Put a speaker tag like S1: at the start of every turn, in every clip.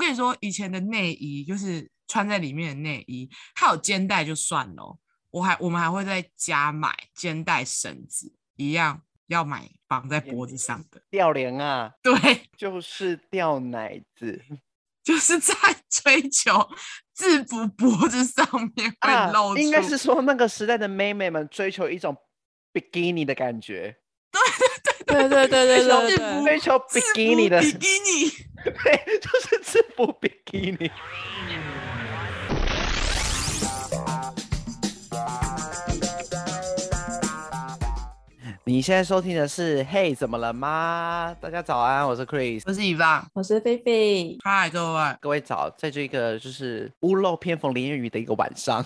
S1: 跟你说，以前的内衣就是穿在里面的内衣，还有肩带就算了哦，我还我们还会在家买肩带绳子，一样要买绑在脖子上的。
S2: 吊帘啊，
S1: 对，
S2: 就是吊奶子
S1: 就是在 追求制服脖子上面
S2: 啊
S1: 会露出，
S2: 应该是说那个时代的妹妹们追求一种 bikini 的感觉，
S3: 对 对对对
S2: 小
S3: 对
S1: 制服
S3: 对，
S2: 追求
S1: 制服
S2: bikini 的，
S1: 比基尼。
S2: 对，就是制服 bikini。你现在收听的是《嘿，怎么了吗？》大家早安，我是 Chris。
S1: 不是一棒，
S3: 我是菲菲，
S1: 嗨，各位，
S2: 各位早，在这个就是屋漏偏逢连夜雨的一个晚 上，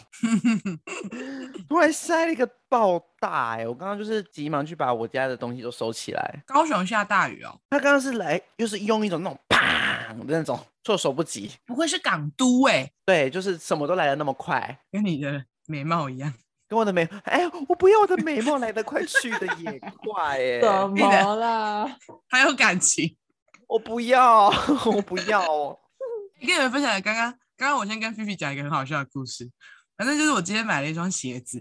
S2: 突然塞了一个爆大哎、我刚刚就是急忙去把我家的东西都收起来。
S1: 高雄下大雨哦，
S2: 他刚刚是来，又是用一种那种砰的那种措手不及，
S1: 不愧是港都哎、
S2: 对，就是什么都来的那么快，
S1: 跟你的美貌一样。
S2: 跟我的美，哎，我不要我的美貌来得快去得也 快哎、
S3: 怎
S1: 你的
S3: 么啦？
S1: 还有感情。
S2: 我不要，我不要哦，
S1: 跟你们分享刚刚，刚刚我先跟菲菲讲一个很好笑的故事。反正就是我今天买了一双鞋子，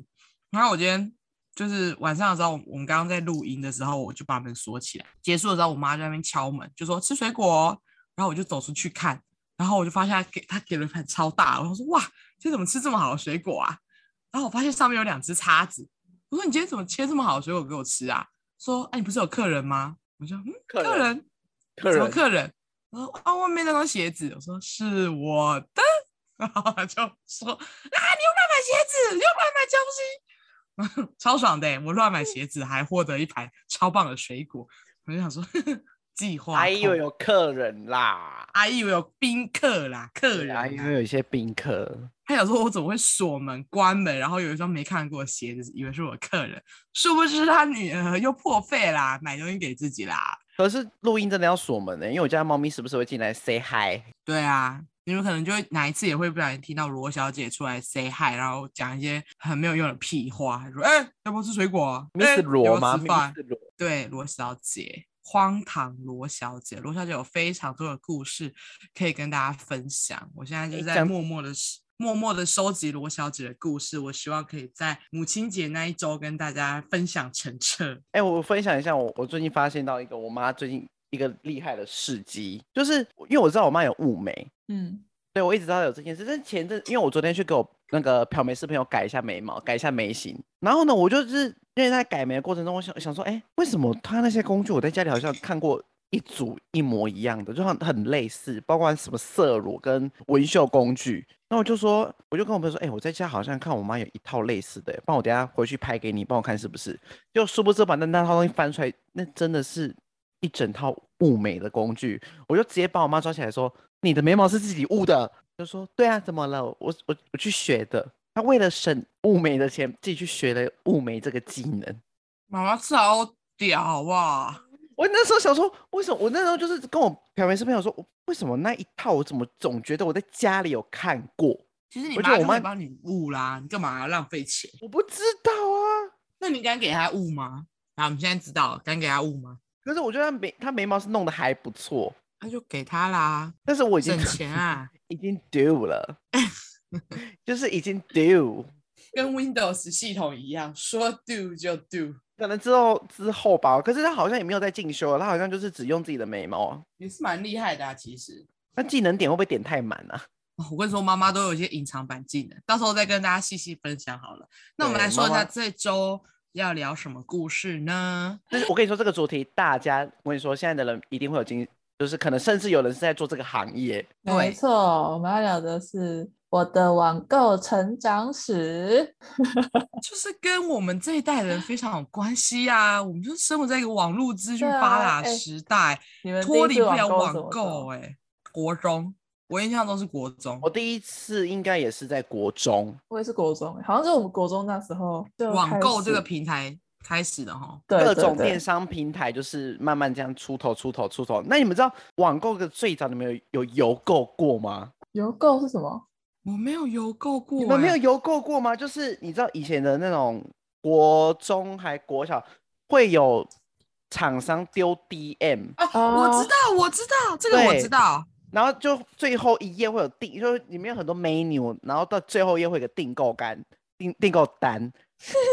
S1: 然后我今天就是晚上的时候，我们刚刚在录音的时候，我就把门锁起来。结束的时候，我妈在那边敲门，就说吃水果、哦。然后我就走出去看，然后我就发现她给她给了一盘超大的，我说哇，这怎么吃这么好的水果啊？然后我发现上面有两只叉子，我说你今天怎么切这么好的水果给我吃啊？说哎、你不是有客人吗？我说嗯，
S2: 客
S1: 客
S2: 人
S1: 人
S2: 客
S1: 什
S2: 人
S1: 么客人？我说啊，外面那双鞋子，我说是我的， 然后他就说啊，你又乱买鞋子，你又乱买东西。超爽的欸、我乱买鞋子还获得一盘超棒的水果，我就想说 计划控，
S2: 还以为哎有客人啦，
S1: 还以为有宾客啦，客人
S2: 还以为
S1: 啦，
S2: 有一些宾客。
S1: 他想说我怎么会锁门关门，然后有一双没看过的鞋子，以为是我客人，殊不知他女儿又破费啦，买东西给自己啦，
S2: 可是录音真的要锁门呢、欸因为我家猫咪时不时会进来 say hi。
S1: 对啊，你们可能就会哪一次也会不小心听到罗小姐出来 say hi，然后讲一些很没有用的屁话，说：“哎、要不要吃水果、啊？”哎
S2: Miss
S1: 要
S2: 罗
S1: 不要
S2: 吗
S1: 吃饭
S2: ？Miss 罗，
S1: 对，罗小姐，荒唐罗小姐，罗小姐有非常多的故事可以跟大家分享。我现在就
S2: 诶
S1: 在
S2: 讲
S1: 默默的、默默的收集罗小姐的故事，我希望可以在母亲节那一周跟大家分享澄澈。
S2: 哎、我分享一下，我我最近发现到一个我妈最近一个厉害的事迹，就是因为我知道我妈有雾眉，
S3: 嗯，
S2: 对我一直知道有这件事，但是前阵因为我昨天去给我那个漂眉师朋友改一下眉毛，改一下眉形，然后呢，我就是因为在改眉的过程中，我想想说，哎、为什么她那些工具我在家里好像看过一组一模一样的，就很很类似，包括什么色乳跟纹绣工具。那我就说，我就跟我朋友说，哎、我在家好像看我妈有一套类似的、帮我等一下回去拍给你，帮我看是不是。就殊不知把那那套东西翻出来，那真的是一整套雾眉的工具。我就直接把我妈抓起来说：“你的眉毛是自己雾的。”就说：“对啊，怎么了？我我我去学的。”她为了省雾眉的钱，自己去学了雾眉这个技能。
S1: 妈妈超屌好不好？
S2: 我那时候想说，为什么我那时候就是跟我漂眉师朋友说，我为什么那一套我怎么总觉得我在家里有看过？
S1: 其实你
S2: 我觉
S1: 妈就
S2: 得我
S1: 会
S2: 妈
S1: 帮你捂啦，你干嘛浪费钱？
S2: 我不知道啊。
S1: 那你敢给他捂吗？啊，我们现在知道了，敢给他捂吗？
S2: 可是我觉得她眉她眉毛是弄得还不错，
S1: 那就给他啦，
S2: 但是我已经
S1: 省钱啊，
S2: 已经 do 了， 就是已经 do。
S1: 跟 Windows 系统一样，说 do 就 do。
S2: 可能之后之后吧，可是他好像也没有在进修，他好像就是只用自己的眉毛。啊
S1: 也是蛮厉害的啊，其实。
S2: 那技能点会不会点太满啊？
S1: 哦我跟你说，妈妈都有一些隐藏版技能，到时候再跟大家细细分享好了。那我们
S2: 对
S1: 来说一
S2: 妈
S1: 下
S2: 妈
S1: 这周要聊什么故事呢？
S2: 就是我跟你说这个主题，大家我跟你说，现在的人一定会有经，就是可能甚至有人是在做这个行业。
S3: 没
S1: 对，
S3: 错，我们要聊的是我的网购成长史。
S1: 就是跟我们这一代人非常有关系啊。我们就生活在一个网络资讯
S3: 对啊
S1: 发达
S3: 哎
S1: 时代，
S3: 你们第
S1: 脱
S3: 一
S1: 离
S3: 次
S1: 不了
S3: 网购
S1: 网
S3: 什么
S1: 购、
S3: 时候？
S1: 哎，国中，我印象中是国中
S2: 我。第一次应该也是在国中，
S3: 我也是国中，欸好像是我们国中那时候就
S1: 网购这个
S3: 开始
S1: 平台开始的哈。
S3: 对
S2: 各
S3: 对
S2: 种
S3: 对
S2: 电商平台就是慢慢这样出头、出头、出头。那你们知道网购的最早你们有有邮购过吗？
S3: 邮购是什么？
S1: 我没有邮购过、
S2: 你们没有
S1: 哎
S2: 邮购过吗？就是你知道以前的那种国中还国小会有厂商丢 DM，
S1: 啊，我
S3: 哦
S1: 知道，我知道，这个我
S2: 对
S1: 知道，
S2: 然后就最后一页会有订，就是里面有很多 menu，然后到最后一页会有个订购单，订订购单，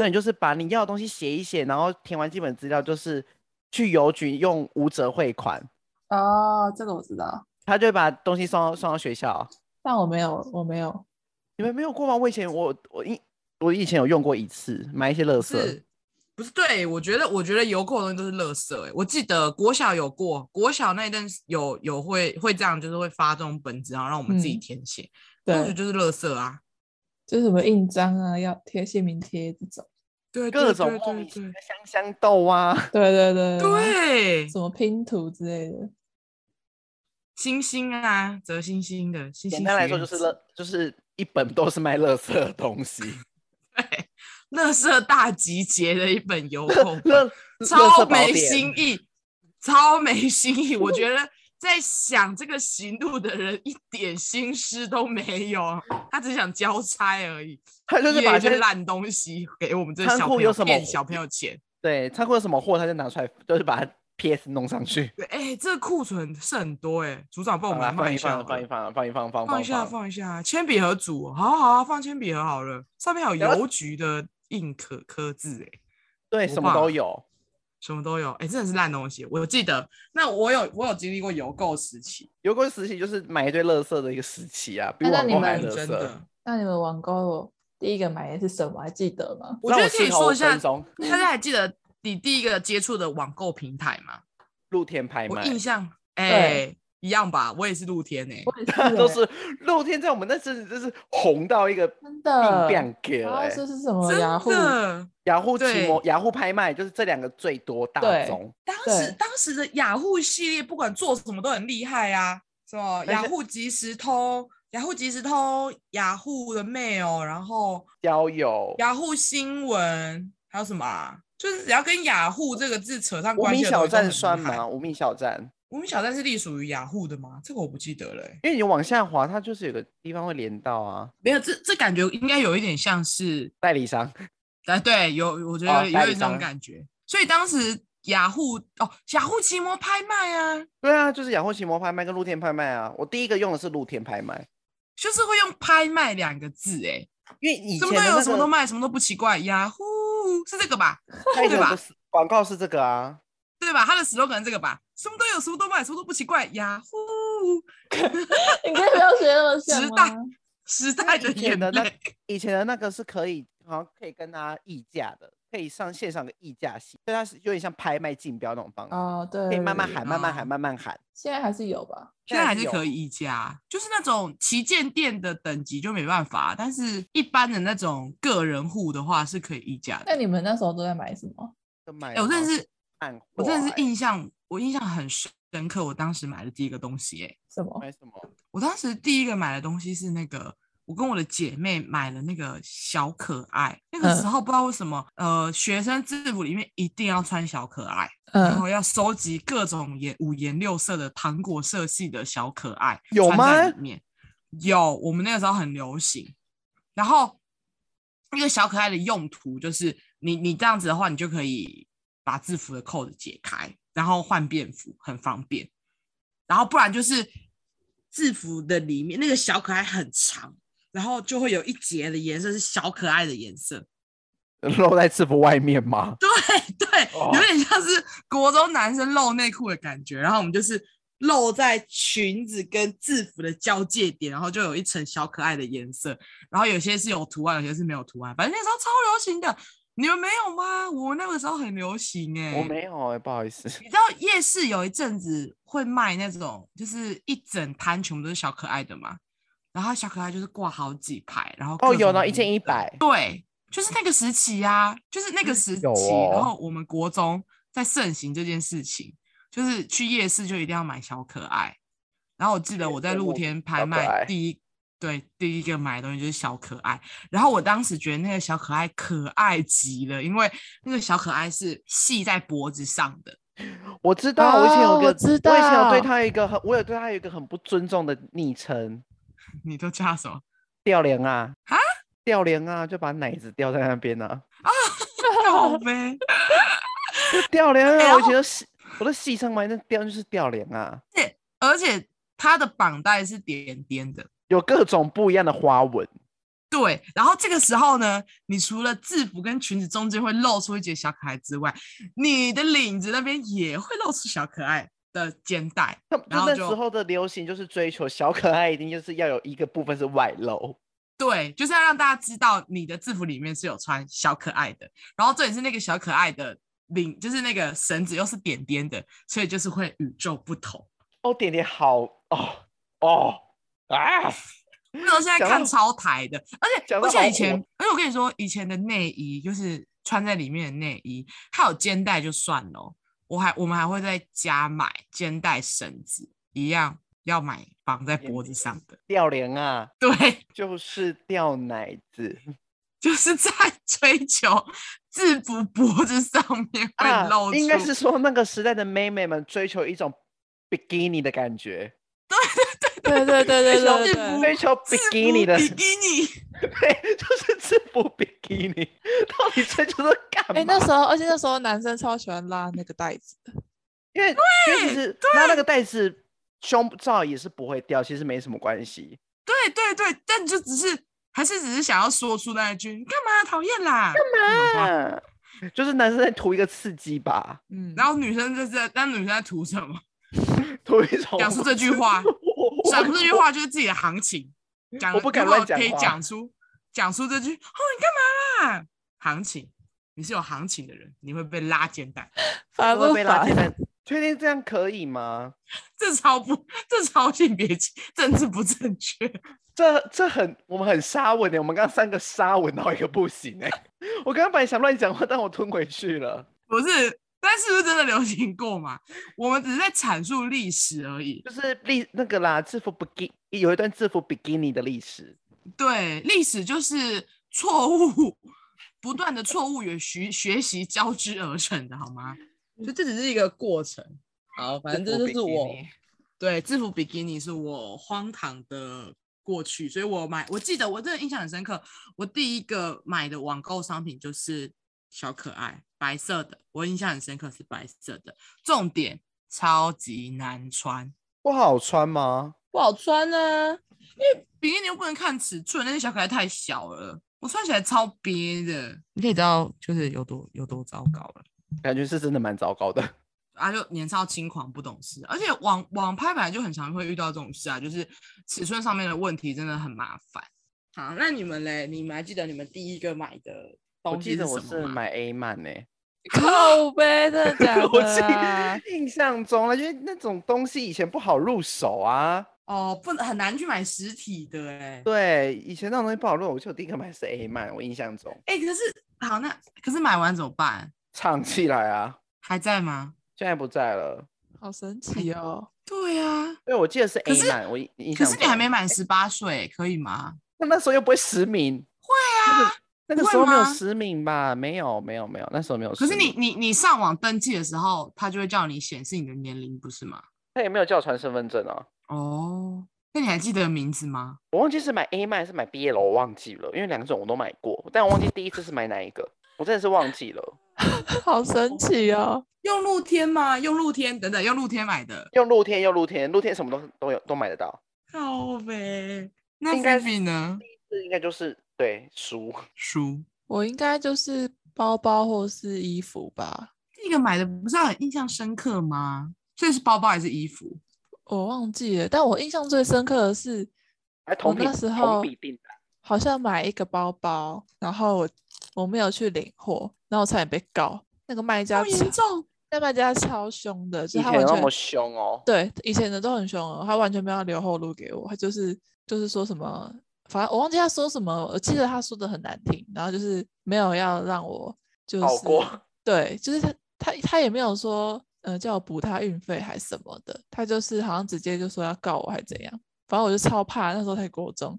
S2: 那你就是把你要的东西写一写，然后填完基本资料，就是去邮局用无折汇款，
S3: 哦，这个我知道，
S2: 他就会把东西送到送到学校。
S3: 但我没有，我没有。
S2: 你们没有过吗？我以前我我以我以前有用过一次，买一些垃圾
S1: 是，不是？对我觉得，我觉得邮购的东西都是垃圾、欸。我记得国小有过，国小那一阵是有有会会这样，就是会发这种本子，然后让我们自己
S3: 嗯
S1: 填写。那我觉得就是
S3: 对，
S1: 垃圾啊，
S3: 就是什么印章啊，要贴姓名贴这种。
S1: 对，
S2: 各
S1: 对
S2: 种
S1: 对
S2: 莫
S1: 对
S2: 名其妙
S1: 对
S2: 的香香豆啊。
S3: 对对对
S1: 对，
S3: 什么拼图之类的。
S1: 星星啊，折星星的星星。
S2: 简单来说，就是垃，就是一本都是卖垃圾的 东西，
S1: 对，垃圾大集结的一本邮购本，
S2: 垃
S1: 超
S2: 垃圾宝
S1: 没
S2: 典
S1: 新意，超没新意。我觉得在想这个行路的人一点心思都没有，他只想交差而已。
S2: 他就是把
S1: 一
S2: 这
S1: 些烂东西给我们这
S2: 仓
S1: 小
S2: 库
S1: 朋
S2: 有
S1: 友
S2: 什么
S1: 骗
S2: 货
S1: 小朋友钱。
S2: 对仓库有什么货，他就拿出来，就是把它 PS 弄上去，
S1: 对，哎、这个库存是很多哎、组长帮我
S2: 放
S1: 们来
S2: 啊放
S1: 放
S2: 一
S1: 下好
S2: 放，
S1: 了，
S2: 放一放，放一放，放
S1: 放一下，
S2: 放。
S1: 放一下，铅笔盒组，好好好，放铅笔盒好了，上面还有
S2: 然后
S1: 邮局的印刻刻字哎、
S2: 对，
S1: 我
S2: 什么
S1: 忘
S2: 都
S1: 了
S2: 有。
S1: 什么都有，哎、真的是烂东西。我记得，那我有我有经历过邮购时期，
S2: 有过时期就是买一堆垃圾的一个时期啊，比
S3: 哎那
S2: 网
S3: 你
S2: 购还
S3: 们
S2: 垃
S1: 真
S2: 圾。
S1: 的。
S3: 那你们网购我第一个买的是什么？还记得吗？
S1: 我觉得
S2: 让
S1: 可以
S2: 思考
S1: 说
S2: 五
S1: 一下
S2: 分，钟
S1: 大家还记得你第一个接触的网购平台吗？
S2: 露天拍
S1: 我
S2: 卖，
S1: 印象，哎、一样吧，我也是露天哎、
S3: 我也
S2: 都
S3: 欸
S2: 是露天，在我们那阵子就是红到一个
S3: 真
S2: 病
S3: 的。
S2: 变给
S3: 然后
S2: 了。欸
S3: 就是什么
S1: 真
S3: 雅虎，
S1: 的。
S2: 雅虎奇
S1: 对
S2: 摩、雅虎拍卖就是这两个最多大
S3: 对
S2: 宗。
S1: 当时
S3: 对
S1: 当时的雅虎系列，不管做什么都很厉害啊，什么
S2: 且
S1: 雅虎即时通、雅虎即时通、雅虎的 mail，然后
S2: 交友、
S1: 雅虎新闻，还有什么啊？就是只要跟雅虎这个字扯上
S2: 无
S1: 关
S2: 名
S1: 系的
S2: 小
S1: 东西都很
S2: 站
S1: 厉
S2: 算
S1: 害
S2: 吗？无名小站，
S1: 无名小站是隶属于雅虎的吗？这个我不记得了欸、
S2: 因为你往下滑，它就是有个地方会连到啊，
S1: 没有，这这感觉应该有一点像是，
S2: 代理商。
S1: 啊，对，有，我觉
S2: 哦
S1: 得有
S2: 代
S1: 有
S2: 理
S1: 一种
S2: 商
S1: 感觉。所以当时雅虎哦，雅虎奇摩拍卖啊，
S2: 对啊，就是雅虎奇摩拍卖跟露天拍卖啊。我第一个用的是露天拍卖，
S1: 就是会用“拍卖”两个字、欸，哎，
S2: 因为以
S1: 什
S2: 前
S1: 么
S2: 的
S1: 都有，
S2: 那
S1: 什么都
S2: 个
S1: 卖，什么都不奇怪。雅虎是这个吧？
S2: 它以前
S1: 对吧
S2: 的是广告是这个 啊，
S1: 对吧？它的 slogan 这个吧？什么都有，什么都卖，什么都不奇怪。雅虎
S3: 你可以不要学那么像
S1: 直
S3: 吗
S1: 大？时代的
S2: 以前
S1: 眼
S2: 的那
S1: 泪，
S2: 以前的那个是可以好像可以跟它议价的，可以上线上的议价系，所以它是有点像拍卖竞标那种方式，
S3: 哦，对，
S2: 可以慢慢
S3: 对
S2: 喊、慢慢喊、
S1: 哦
S2: 慢慢喊。
S3: 现在还是有吧？
S1: 现在还是
S2: 有
S1: 可以议价，就是那种旗舰店的等级就没办法，但是一般的那种个人户的话是可以议价的。
S3: 那你们那时候都在买什么？
S2: 就买、
S1: 哎、我真的是，
S2: 暗货、
S1: 我真的是印象，我印象很深刻。我当时买的第一个东西、欸，
S3: 什么？
S2: 买什么？
S1: 我当时第一个买的东西是那个，我跟我的姐妹买了那个小可爱。那个时
S3: 嗯
S1: 候不知道为什么，呃，学生制服里面一定要穿小可爱，然
S3: 嗯，
S1: 后要收集各种颜五颜六色的糖果色系的小可爱，
S2: 有
S1: 穿在
S2: 吗
S1: 里面有，我们那个时候很流行。然后那个小可爱的用途就是你，你这样子的话，你就可以把制服的扣子解开，然后换便服，很方便。然后不然就是制服的里面那个小可爱很长，然后就会有一节的颜色是小可爱的颜色。
S2: 露在制服外面吗？
S1: 对，
S2: 哦
S1: 有点像是国中男生露内裤的感觉，然后我们就是露在裙子跟制服的交界点，然后就有一层小可爱的颜色，然后有些是有图案，有些是没有图案，反正那时候超流行的。你们没有吗？我那个时候很流行哎、
S2: 我。没有哎、不好意思。
S1: 你知道夜市有一阵子会卖那种，就是一整摊全部都是小可爱的嘛，然后小可爱就是挂好几排，然后
S2: 哦，
S1: 各种
S2: 有呢，一
S1: 颜
S2: 件一
S1: 色
S2: 百，
S1: 对，就是那个时期呀、就是那个时期，
S2: 有哦
S1: 然后我们国中在盛行这件事情，就是去夜市就一定要买小可爱。然后我记得我在
S2: 羡
S1: 露
S2: 慕
S1: 天
S2: 小
S1: 拍
S2: 可爱
S1: 卖第一，对，第一个买的东西就是小可爱。然后我当时觉得那个小可爱可爱极了，因为那个小可爱是系在脖子上的，
S2: 我知道，我以前有
S1: 啊
S3: 哦
S2: 个，
S3: 我知
S2: 以前有对
S3: 道
S2: 他有一个很，我有对他有一个很不尊重的昵称，
S1: 你都叫它什么？
S2: 吊帘啊
S1: 啊，
S2: 吊帘啊，就把奶子吊在那边啊，
S1: 靠呗。
S2: 就吊帘啊，
S1: 然
S2: 我以
S1: 后
S2: 前都戏，我的戏称嘛，那吊就是吊帘啊，
S1: 而且它的绑带是点点的，
S2: 有各种不一样的花纹，
S1: 对，然后这个时候呢，你除了制服跟裙子中间会露出一截小可爱之外，你的领子那边也会露出小可爱的肩带。
S2: 那就
S1: 然后
S2: 那时
S1: 就
S2: 候的流行就是追求小可爱，一定就是要有一个部分是外露。
S1: 对，就是要让大家知道你的制服里面是有穿小可爱的，然后这也是那个小可爱的领，就是那个绳子又是点点的，所以就是会与众不同。
S2: 哦，点点好哦哦啊！
S1: 那时候现在
S2: 讲
S1: 看
S2: 到
S1: 超台的，而且
S2: 讲
S1: 而
S2: 到
S1: 且
S2: 好
S1: 以前
S2: 火，
S1: 而且我跟你说，以前的内衣就是穿在里面的内衣，它有肩带就算了哦，我还我们还会再加买肩带绳子，一样要买绑在
S2: 也
S1: 脖子
S2: 没
S1: 上的。
S2: 吊帘啊，
S1: 对，
S2: 就是吊奶子
S1: 就是在追求制服脖子上面会
S2: 啊
S1: 露，出，
S2: 应该是说那个时代的妹妹们追求一种 bikini 的感觉，
S3: 对对对对
S1: 小
S3: 对
S1: 制
S3: 对
S1: 服
S3: 对，
S2: 追求
S1: 制
S2: bikini
S1: 服
S2: 的，
S1: 比基尼。
S2: 对，就是制服 bikini，到底追求这干嘛？
S3: 哎，那时候，而且那时候男生超喜欢拉那个带子的，
S2: 因为因为其实那那个带子胸罩也是不会掉，其实没什么关系。
S1: 对对对，但就只是还是只是想要说出那一句，你干嘛讨厌啦？干？
S2: 啊，就是男生在图一个刺激吧，
S3: 嗯，
S1: 然后女生就是在，那女生在图什么？
S2: 图一种
S1: 讲出这句话
S2: 我
S1: 讲出这句话就是自己的行情。讲
S2: 我不敢
S1: 如果
S2: 乱讲
S1: 可以
S2: 话
S1: 讲出讲出这句，哦，你干嘛啦？行情，你是有行情的人，你会被拉肩带，
S3: 烦
S2: 会
S3: 不
S2: 被拉进
S3: 烦？
S2: 来。确定这样可以吗？
S1: 这超不，这超性别歧政治不正确。
S2: 这这很我们很沙文欸的、我们刚刚三个沙文到一个不行哎、 我刚刚本来想乱讲话，但我吞回去了。
S1: 不是，但是不是真的流行过嘛？我们只是在阐述历史而已。
S2: 就是历那个啦，制服 bikini 有一段制服 bikini 的历史，
S1: 对，历史就是错误，不断的错误与学学习交织而成的，好吗？就这只是一个过程。好，反正
S2: 制
S1: 这
S2: 服
S1: 就是我
S2: bikini
S1: 对制服比基尼是我荒唐的过去，所以我买，我记得我真的印象很深刻。我第一个买的网购商品就是小可爱，白色的，我印象很深刻是白色的，重点超级难穿。
S2: 不好穿吗？
S3: 不好穿啊，
S1: 比基尼又不能看尺寸，那些小可爱太小了，我穿起来超憋的。你可以知道就是有多有多糟糕了
S2: 感觉是真的蛮糟糕的。
S1: 啊！就年少轻狂不懂事，而且网网拍本来就很常会遇到这种事啊，就是尺寸上面的问题真的很麻烦。好，那你们嘞？你们还记得你们第一个买的
S2: 我
S1: 东西
S2: 记
S1: 是什
S2: 得
S1: 么吗？啊
S2: 我是买 A 漫呢、
S3: 靠呗，真的假
S2: 我
S3: 的啊？
S2: 记印象中了，因为那种东西以前不好入手啊。
S1: 哦，不能很难去买实体的哎、欸。
S2: 对，以前那种东西不好入手，我记得我第一个买的是 A 漫，我印象中
S1: 哎、可是好那可是买完怎么办？
S2: 唱起来啊，
S1: 还在吗？
S2: 现在不在了。
S3: 好神奇哦！
S1: 对啊，
S2: 对，我记得是
S1: 可是
S2: A 漫，我印印
S1: 可
S2: 象
S1: 是你还没
S2: 中，
S1: 满十八岁，可以吗？
S2: 那那时候又不会实名，会啊，那个
S1: 不会
S2: 时候没有
S1: 吗
S2: 实名吧？没有，没有，没有，那时候没有实
S1: 可
S2: 名。
S1: 是你你你上网登记的时候，他就会叫你显示你的年龄，不是吗？
S2: 他也没有叫我传身份证啊。
S1: 哦，那你还记得名字吗？
S2: 我忘记是买 A 漫还是买 B L，我忘记了，因为两种我都买过，但我忘记第一次是买哪一个，我真的是忘记了。
S3: 好神奇哦！
S1: 用露天吗？用露天，等等，用露天买的。
S2: 用露天，用露天，露天什么都都有都买得到。
S1: 靠呗。那
S2: 应该
S1: b i 呢？
S2: 这应该就是对书，
S1: 书
S3: 我应该就是包包或是衣服吧，
S1: 第一个买的不是很印象深刻吗？所以是包包还是衣服？
S3: 我忘记了。但我印象最深刻的是，
S2: 哎，
S1: 哦
S2: 同
S3: 我
S2: 比
S3: 那时
S2: 同
S3: 候
S2: 比订单，
S3: 好像买一个包包，然后我我没有去领货，然后我差点被告。那个卖家
S1: 好严
S3: 超，
S1: 重，
S3: 那卖家超凶的，就
S2: 以
S3: 他
S2: 前
S3: 完
S2: 那
S3: 全
S2: 么凶哦。
S3: 对以前的都很凶哦，他完全没有留后路给我，他就是就是说什么，反正我忘记他说什么，我记得他说的很难听，然后就是没有要让我就是
S2: 好过，
S3: 对，就是他他他也没有说呃叫我补他运费还什么的，他就是好像直接就说要告我还怎样，反正我就超怕，那时候才国中，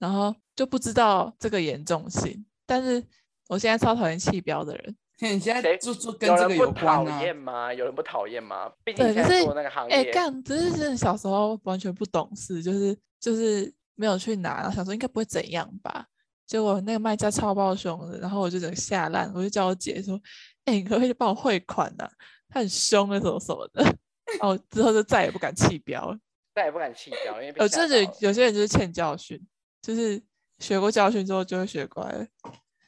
S3: 然后就不知道这个严重性，但是我现在超讨厌气标的人，
S1: 你 现在
S2: 谁
S1: 就就跟
S2: 有
S1: 这个
S2: 人不
S1: 有
S2: 讨
S1: 关啊。
S2: 厌吗？有人不讨厌吗？毕竟
S3: 对，
S2: 你现
S3: 可
S2: 在
S3: 是
S2: 做那个行
S3: 哎、
S2: 业，
S3: 干，只是真的小时候完全不懂事，就是就是没有去拿，然后想说应该不会怎样吧。结果那个卖家超爆凶的，然后我就整个吓烂，我就叫我姐说：“哎、你可不可以帮啊 我汇款呐、啊？”他很凶的，什么什么的。然后我之后就再也不敢弃标了。
S2: 但也不敢弃掉，因为被
S3: 我
S2: 吓
S3: 真的
S2: 到
S3: 有
S2: 了
S3: 有些人就是欠教训，就是学过教训之后就会学乖了。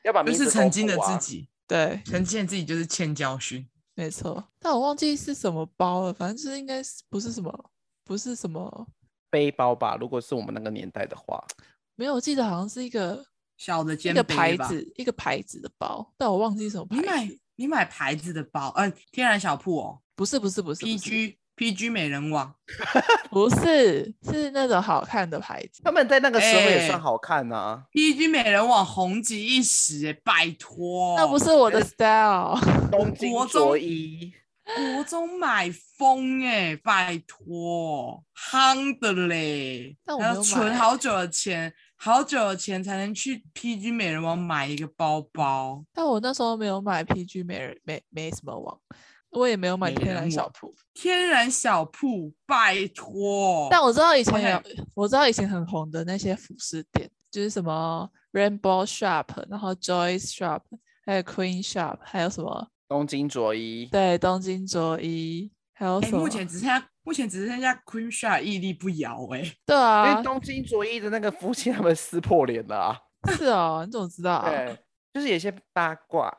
S2: 要把
S1: 就
S2: 名字
S1: 是
S2: 公
S1: 曾经的
S2: 布啊
S1: 自，己，
S3: 对，
S1: 曾经的自己就是欠教训。
S3: 没错。但我忘记是什么包了，反正就是应该是不是什么，不是什么，
S2: 背包吧。如果是我们那个年代的话，
S3: 没有，我记得好像是一个
S1: 小的
S3: 一
S1: 肩
S3: 个
S1: 背
S3: 牌
S1: 吧，
S3: 子一个牌子的包，但我忘记什么
S1: 你
S3: 牌
S1: 买
S3: 子。
S1: 你买牌子的包，嗯、天然小铺哦
S3: 不是不是不是不是
S1: ，PG PG 美人网，
S3: 不是是那种好看的牌子，
S2: 他们在那个时候也
S1: 哎
S2: 算好看啊呐、
S1: PG 美人网红极一时、欸，拜托，
S3: 那不是
S1: 哦
S3: 我的 style。
S2: 东京
S1: 国中
S2: 着衣，
S1: 国中买风哎、拜托，夯的嘞，
S3: 但我
S1: 还
S3: 没有
S1: 要存
S3: 买
S1: 好久的钱，好久的钱才能去 PG 美人网买一个包包。
S3: 但我那时候没有买 PG 美人没没什么网，我也没有买
S1: 美
S3: 天
S1: 人
S3: 然小
S1: 网哦
S3: 铺。
S1: 天然小铺，拜托，
S3: 但我知道以前
S1: 像
S3: 有，我知道以前很红的那些服饰店，就是什么 Rainbow Shop，然后 Joyce Shop，还有 Queen Shop，还有什么
S2: 东京着衣。
S3: 对东京着衣，还有
S1: 哎、
S3: 什么？
S1: 目前只剩下目前只剩下 Queen Shark 屹立不摇哎、
S3: 对
S2: 因
S3: 啊
S2: 为，东京着衣的那个夫妻他们撕破脸了啊，
S3: 是哦，你怎么知道 啊？
S2: 对，就是有一些八卦，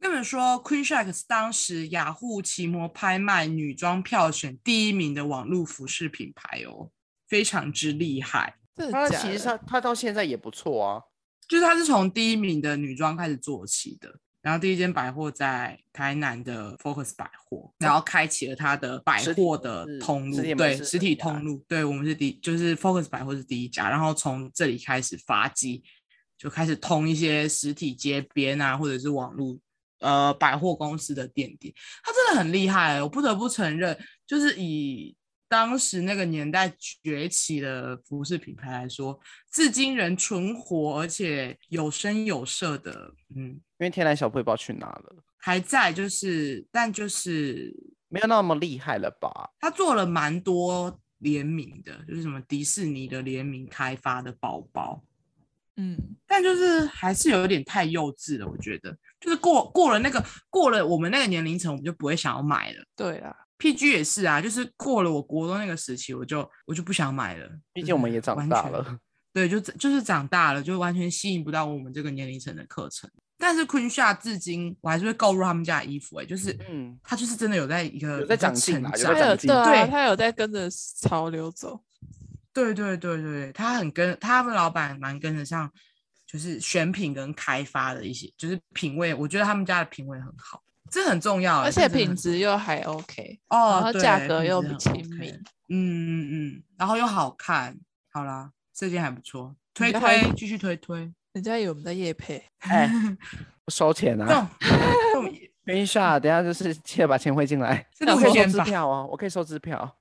S1: 那本说 Queen Shark 是当时雅虎奇摩拍卖女装票选第一名的网络服饰品牌哦，非常之厉害。
S3: 真
S2: 他
S3: 的假
S2: 其实
S3: 的？
S2: 他他到现在也不错啊。
S1: 就是它是从第一名的女装开始做起的，然后第一间百货在台南的 Focus 百货，然后开启了它的百
S2: 实体
S1: 货
S2: 门
S1: 的
S2: 市
S1: 通
S2: 实
S1: 路
S2: 体，门
S1: 对，
S2: 市
S1: 实
S2: 生
S1: 体
S2: 涯
S1: 通路，对我们是第就是 Focus 百货是第一家，然后从这里开始发迹，就开始通一些实体街边啊，或者是网络。呃，百货公司的店点，它真的很厉害、欸我不得不承认，就是以当时那个年代崛起的服饰品牌来说，至今仍存活而且有声有色的，嗯，
S2: 因为天然小铺也不知道去哪了，
S1: 还在，就是但就是
S2: 没有那么厉害了吧？
S1: 他做了蛮多联名的，就是什么迪士尼的联名开发的包包，
S3: 嗯，
S1: 但就是还是有点太幼稚了，我觉得，就是过过了那个过了我们那个年龄层，我们就不会想要买了。
S3: 对啦，
S1: PG 也是啊，就是过了我国中那个时期，我就我就不想买了。
S2: 毕
S1: 就
S2: 竟我们
S1: 是
S2: 也
S1: 嗯
S2: 长
S1: 完
S2: 大
S1: 全
S2: 了，
S1: 对，就就是长大了，就完全吸引不到我们这个年龄层的课程。但是坤夏至今，我还是会购入他们家的衣服、欸，哎，就是
S2: 嗯，
S1: 他就是真的有在一个
S2: 有在
S1: 比较
S2: 长进
S1: 成
S2: 啦有在
S1: 长
S3: 他
S2: 长
S3: 有
S2: 进
S3: 对啊，
S1: 对
S3: 他有在跟着潮流走。
S1: 对对对对，他很跟他们老板蛮跟得上，就是选品跟开发的一些，就是品味，我觉得他们家的品味很好，这很重要欸、
S3: 而
S1: 这
S3: 且
S1: 真的
S3: 品
S1: 很
S3: 质又还 OK，、
S1: 哦，
S3: 然后
S1: 对
S3: 价格
S1: 品
S3: 又
S1: 质
S3: 比
S1: 很
S3: 亲
S1: OK
S3: 民。
S1: 嗯嗯嗯，然后又好看，好啦，这件还不错，推
S3: 觉得还
S1: 推继续推推，
S3: 人家以为我们在夜配，
S2: 哎，不收 钱
S1: 这
S2: 啊
S1: 种！这种
S2: 等一下，等一下就是记得把钱汇进来，
S1: 这
S2: 我
S1: 种
S2: 可以收
S1: 先
S2: 支
S1: 吧
S2: 票哦，我可以收 支票。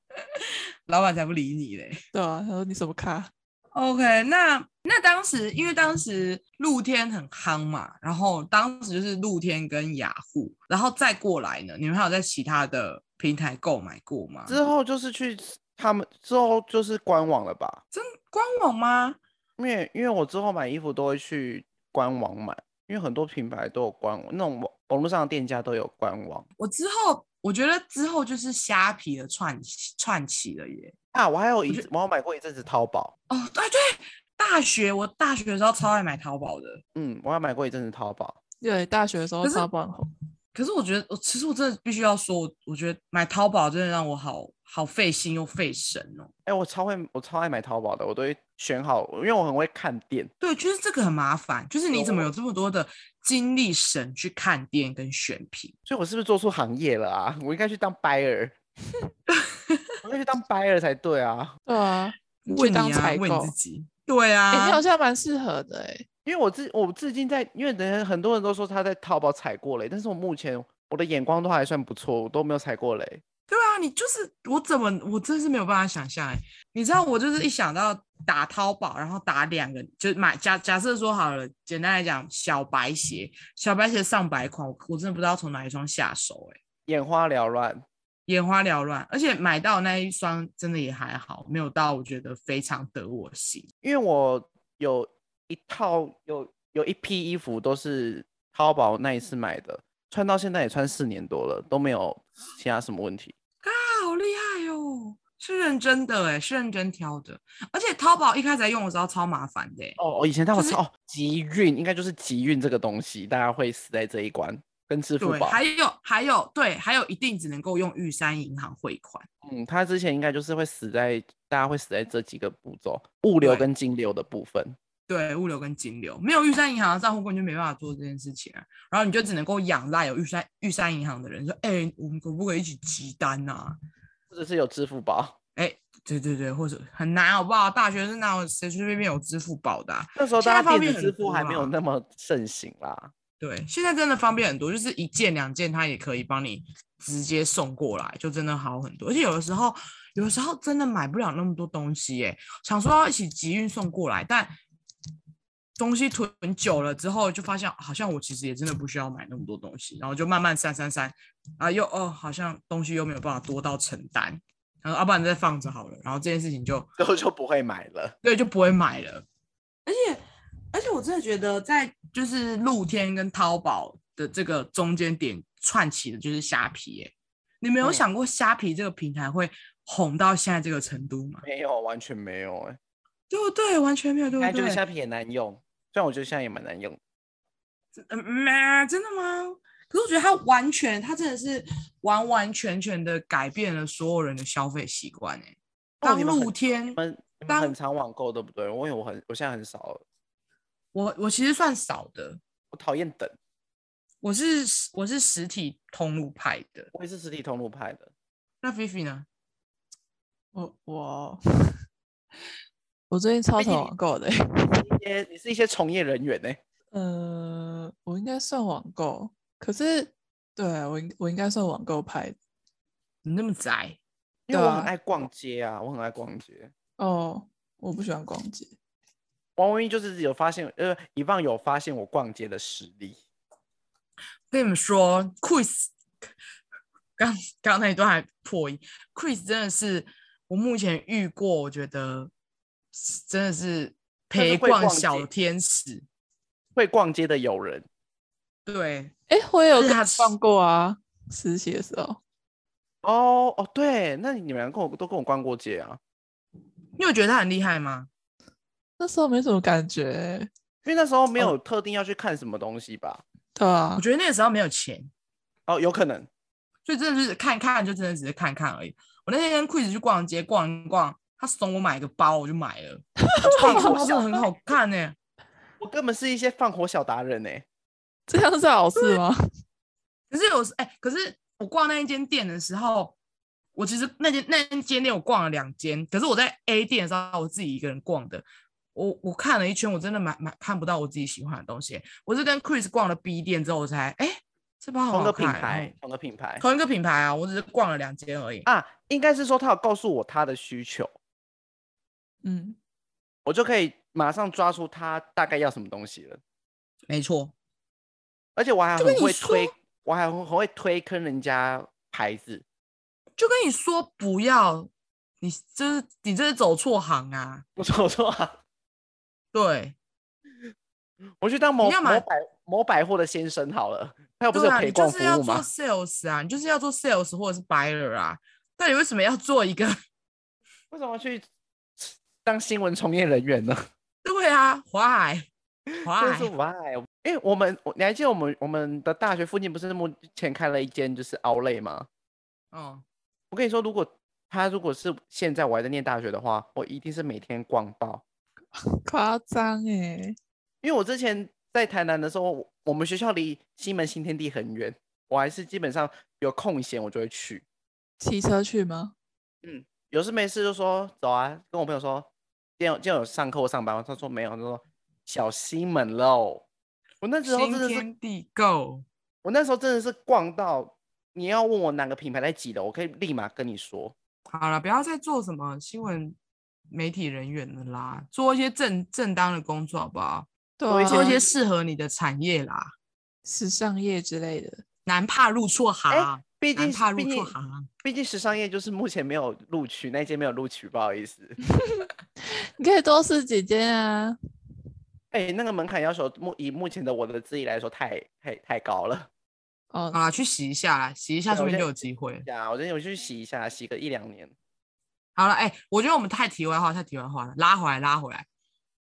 S1: 老板才不理你嘞。
S3: 对啊，他说你什么咖？
S1: OK，那那当时因为当时露天很夯嘛，然后当时就是露天跟雅虎，然后再过来呢，你们还有在其他的平台购买过吗？
S2: 之后就是去他们之后就是官网了吧？
S1: 真官网吗？
S2: 因为因为我之后买衣服都会去官网买，因为很多品牌都有官网，那种网网络上的店家都有官网
S1: 我之后我觉得之后就是虾皮的串起串起了耶。
S2: 啊。我还有一
S1: 觉
S2: 次我有买过一阵子淘宝，
S1: 哦，对对，大学我大学的时候超爱买淘宝的，
S2: 嗯，我还买过一阵子淘宝。
S3: 对，大学的时候
S1: 可是
S3: 超爆红。
S1: 可是我觉得，我其实我真的必须要说，我我觉得买淘宝真的让我好好费心又费神哦。
S2: 哎、我超会，我超爱买淘宝的，我都会选好，因为我很会看店。
S1: 对，就是这个很麻烦，就是你怎么
S2: 有
S1: 有这么多的精力神去看店跟选品？
S2: 所以我是不是做出行业了啊？ 我应该去当 buyer，我应该去当 buyer 才对啊。
S3: 对啊，去
S1: 问
S3: 当
S1: 你啊，
S3: 采
S1: 问你
S3: 购
S1: 自己。对
S3: 哎、你
S1: 啊
S3: 好，像蛮适合的哎、
S2: 因为我至我至今在，因为人家很多人都说他在淘宝踩过雷，但是我目前我的眼光都还算不错，我都没有踩过雷。
S1: 对啊，你就是我怎么我真是没有办法想象哎、你知道我就是一想到打淘宝，然后打两个，就是买假假设说好了，简单来讲，小白鞋，小白鞋上百款，我我真的不知道从哪一双下手哎、
S2: 眼花缭乱，
S1: 眼花缭乱，而且买到那一双真的也还好，没有到我觉得非常得我心。
S2: 因为我有一套有有一批衣服都是淘宝那一次买的，穿到现在也穿四年多了，都没有其他什么问题。
S1: 啊，好厉害哦！是认真的哎、是认真挑的。而且淘宝一开始在用的时候超麻烦的、欸，
S2: 哦，我以前他们
S1: 就是
S2: 说哦，集运应该就是集运这个东西，大家会死在这一关，跟支付
S1: 对，
S2: 宝，
S1: 还有还有对，还有一定只能够用玉山银行汇款。
S2: 嗯，他之前应该就是会死在，大家会死在这几个步骤，物流
S1: 对
S2: 跟金流的部分。
S1: 对，物流跟金流没有玉山银行的账户，根本就没办法做这件事情啊。然后你就只能够仰赖有玉山玉山银行的人说，哎、我们可不可以一起集单啊？
S2: 或者是有支付宝。
S1: 对对对，或者很难好不好？大学生哪有谁随便便有支付宝的啊、
S2: 那时候
S1: 现
S2: 大
S1: 在
S2: 家
S1: 方
S2: 电
S1: 便
S2: 子
S1: 很
S2: 支付还
S1: 多
S2: 没有
S1: 啦
S2: 那么盛行啦。
S1: 对，现在真的方便很多，就是一件两件，它也可以帮你直接送过来，就真的好很多。而且有的时候，有的时候真的买不了那么多东西耶，想说要一起集运送过来，但东西囤久了之后，就发现好像我其实也真的不需要买那么多东西，然后就慢慢删删删，啊又哦，好像东西又没有办法多到承担，然后要、不然再放着好了，然后这件事情就
S2: 最后就不会买了。
S1: 对，就不会买了。而且，而且我真的觉得，在就是露天跟淘宝的这个中间点串起的就是虾皮、耶。你没有
S2: 嗯
S1: 想过虾皮这个平台会红到现在这个程度吗？
S2: 没有，完全没有、欸。
S1: 对不对？完全没有，对
S2: 哎，
S1: 不
S2: 觉得
S1: 对？
S2: 虾皮也难用，虽然我觉得现在也蛮难用。
S1: 嗯，嗯真的吗？可是我觉得它完全，它真的是完完全全的改变了所有人的消费习惯。哎，
S2: 哦
S1: 当
S2: 你们很
S1: 露天，
S2: 你们你们
S1: 当
S2: 很常网购对不对？我因为我很我现在很少了，
S1: 我我其实算少的，
S2: 我讨厌等，
S1: 我是我是实体通路派的。
S2: 我也是实体通路派的。
S1: 那菲菲呢？
S3: 我我我最近超
S1: 毕竟
S3: 常
S1: 你
S3: 网购的欸、
S2: 一些你是一些从业人员呢、
S3: 呃，我应该算网购，可是对啊我应我应该算网购派的
S1: 你那么宅，
S2: 因为我
S3: 对
S2: 很
S3: 啊
S2: 爱逛街啊，我很爱逛街。
S3: 哦。我不喜欢逛街，
S2: 王文一就是有发现，呃，一棒有发现我逛街的实力。
S1: 跟你们说，Chris 刚刚那一段还破音，Chris 真的是我目前遇过，我觉得是真的是
S2: 他是
S1: 陪
S2: 会
S1: 逛
S2: 逛
S1: 小
S2: 街
S1: 天使。
S2: 会逛街的友人，
S1: 对，
S3: 哎、我也有
S1: 是
S3: 跟
S1: 他
S3: 你逛过啊，实习的时候。
S2: 哦哦，对，那你们俩跟我都跟我逛过街啊，
S1: 你有觉得他很厉害吗？
S3: 那时候没什么感觉欸、
S2: 因为那时候没
S1: 哦
S2: 有特定要去看什么东西吧？
S3: 对啊
S1: 我，觉得那个时候没有钱，
S2: 哦，有可能，
S1: 所以真的就是看看，就真的只是看看而已。我那天跟 Chris 去逛街逛一逛，他怂我买个包，我就买了。
S2: 放
S1: 那个
S2: 火
S1: 包真
S2: 小
S1: 的，很好看欸呢、
S2: 我根本是一些放火小达人呢、
S3: 这样是好事吗？
S1: 可是有时哎、可是我逛那一间店的时候，我其实那间那一间店我逛了两间，可是我在 A 店的时候我自己一个人逛的，我我看了一圈，我真的买买看不到我自己喜欢的东西。我是跟 Chris 逛了 B 店之后，我才哎、这包好
S2: 同
S1: 好
S2: 个品
S1: 看然
S2: 牌
S1: 后，
S2: 同个品牌
S1: 同一个品牌啊，我只是逛了两间而已。
S2: 啊，应该是说他有告诉我他的需求，
S3: 嗯，
S2: 我就可以马上抓出他大概要什么东西了，
S1: 没错，
S2: 而且我还
S1: 就
S2: 很
S1: 跟你
S2: 会
S1: 说
S2: 推，我还很会推坑人家牌子，
S1: 就跟你说不要，你这是你这是走错行啊，
S2: 我说我说啊，
S1: 对。
S2: 我去当某
S1: 要
S2: 某
S1: 买
S2: 百某百货的先生好了，他又不是
S1: 对
S2: 有
S1: 啊，
S2: 陪
S1: 你就
S2: 逛服
S1: 是要
S2: 务
S1: 做
S2: 吗？
S1: sales 啊，你就是要做 sales 或者是 buyer 啊。但你为什么要做一个？
S2: 为什么去 当新闻从业人员呢？
S1: 对啊，why
S2: 就是
S1: why？
S2: why？因为我们，我你还记得我们我们的大学附近不是目前开了一间就是 Outlet 吗？
S1: 哦，
S2: 我跟你说，如果他如果是现在我还在念大学的话，我一定是每天逛爆。
S3: 夸张哎，
S2: 因为我之前在台南的时候，我我们学校离西门新天地很远，我还是基本上有空闲我就会去，
S3: 骑车去吗？
S2: 有事没事就说走啊，跟我朋友说今天有今天有上课或上班吗，他说没有，他说小西门喽。我那时候真
S1: 新
S2: 的是
S1: 天地 go，
S2: 我那时候真的是逛到，你要问我哪个品牌在几楼，我可以立马跟你说。
S1: 好了，不要再做什么新闻媒体人员了啦，做一些正正当的工作好不好？
S3: 对
S2: 我以
S3: 啊，
S2: 前
S1: 做一些适合你的产业啦，
S3: 时尚业之类的。
S1: 难怕入错行，
S2: 哎毕
S1: 难
S2: 竟
S1: 怕
S2: 是，
S1: 入
S2: 毕
S1: 错
S2: 竟，
S1: 行。啊
S2: 毕竟时尚业就是目前没有录取，那一间没有录取，不好意思。
S3: 你可以多试几间啊。
S2: 哎、那个门槛要求，目以目前的我的资历来说太，太太高了。
S3: 哦，
S1: 啊好啦，去洗一下啦，洗一下，
S2: 对
S1: 说
S2: 我
S1: 不定
S2: 现
S1: 就
S2: 在
S1: 有机会。
S2: 呀，我真的我去洗一下，洗个一两年。
S1: 好了，哎、我觉得我们太题外话，太题外话了，拉回来，拉回来。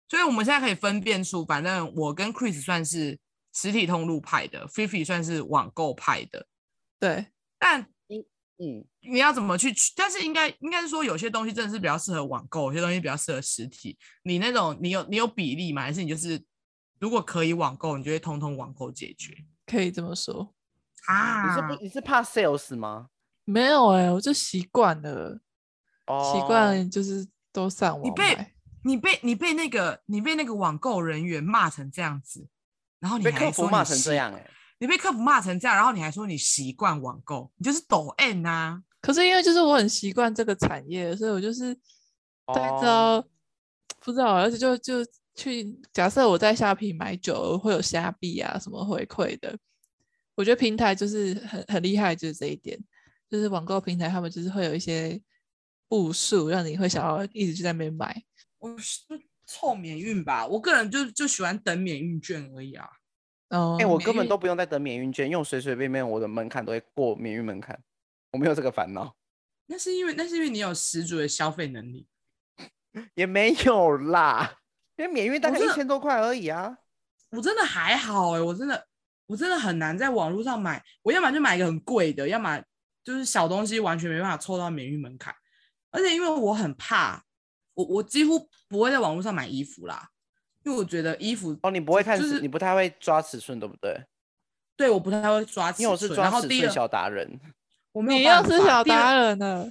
S1: 所以我们现在可以分辨出，反正我跟 Chris 算是实体通路派的，Fifi 算是网购派的。
S3: 对，
S1: 但
S2: 嗯，
S1: 你要怎么去区？但是应该应该是说，有些东西真的是比较适合网购，有些东西比较适合实体。你那种你有你有比例吗？还是你就是如果可以网购，你就会通通网购解决
S3: 可以这么说。
S1: 啊？
S2: 你是不你是怕 sales 吗？
S3: 没有哎、我就习惯了，
S2: 哦，
S3: 习惯就是都上网
S1: 被
S3: 买
S1: 你被你被那个你被那个网购人员骂成这样子，然后你
S2: 被
S1: 还
S2: 客
S1: 说
S2: 服
S1: 你
S2: 骂成这
S1: 习
S2: 样哎、
S1: 你被客服骂成这样，然后你还说你习惯网购，你就是抖 N 啊。
S3: 可是因为就是我很习惯这个产业，所以我就是大概知道、
S2: 哦
S3: 不知道，而且就就去假设我在虾皮买酒，我会有虾币啊什么回馈的。我觉得平台就是很很厉害，就是这一点，就是网购平台他们就是会有一些步数，让你会想要一直去在那边买。
S1: 我是凑免运吧，我个人就就喜欢等免运券而已啊。
S3: 哦，
S2: 哎、我
S1: 免
S2: 根本
S1: 运
S2: 都不用再等免运券，因为我随随便便我的门槛都会过免运门槛，我没有这个烦恼，
S1: 那是因为那是因为你有十足的消费能力。
S2: 也没有啦，因为免运大
S1: 我
S2: 概
S1: 真
S2: 一
S1: 的
S2: 千多块而已啊。
S1: 我真的还好哎、我真的我真的很难在网络上买，我要么就买一个很贵的，要么就是小东西完全没办法凑到免运门槛。而且因为我很怕，我我几乎不会在网络上买衣服啦，因为我觉得衣服
S2: 哦，你不会看尺，
S1: 就是
S2: 你不太会抓尺寸，对不对？
S1: 对我不太会抓尺
S2: 因
S1: 寸，
S2: 为我是
S1: 然
S2: 抓
S1: 后
S2: 尺
S1: 第
S2: 寸
S1: 二
S2: 小达人，
S1: 我没有
S3: 你要
S1: 办
S3: 是
S1: 法
S3: 小
S1: 第二
S3: 达人了，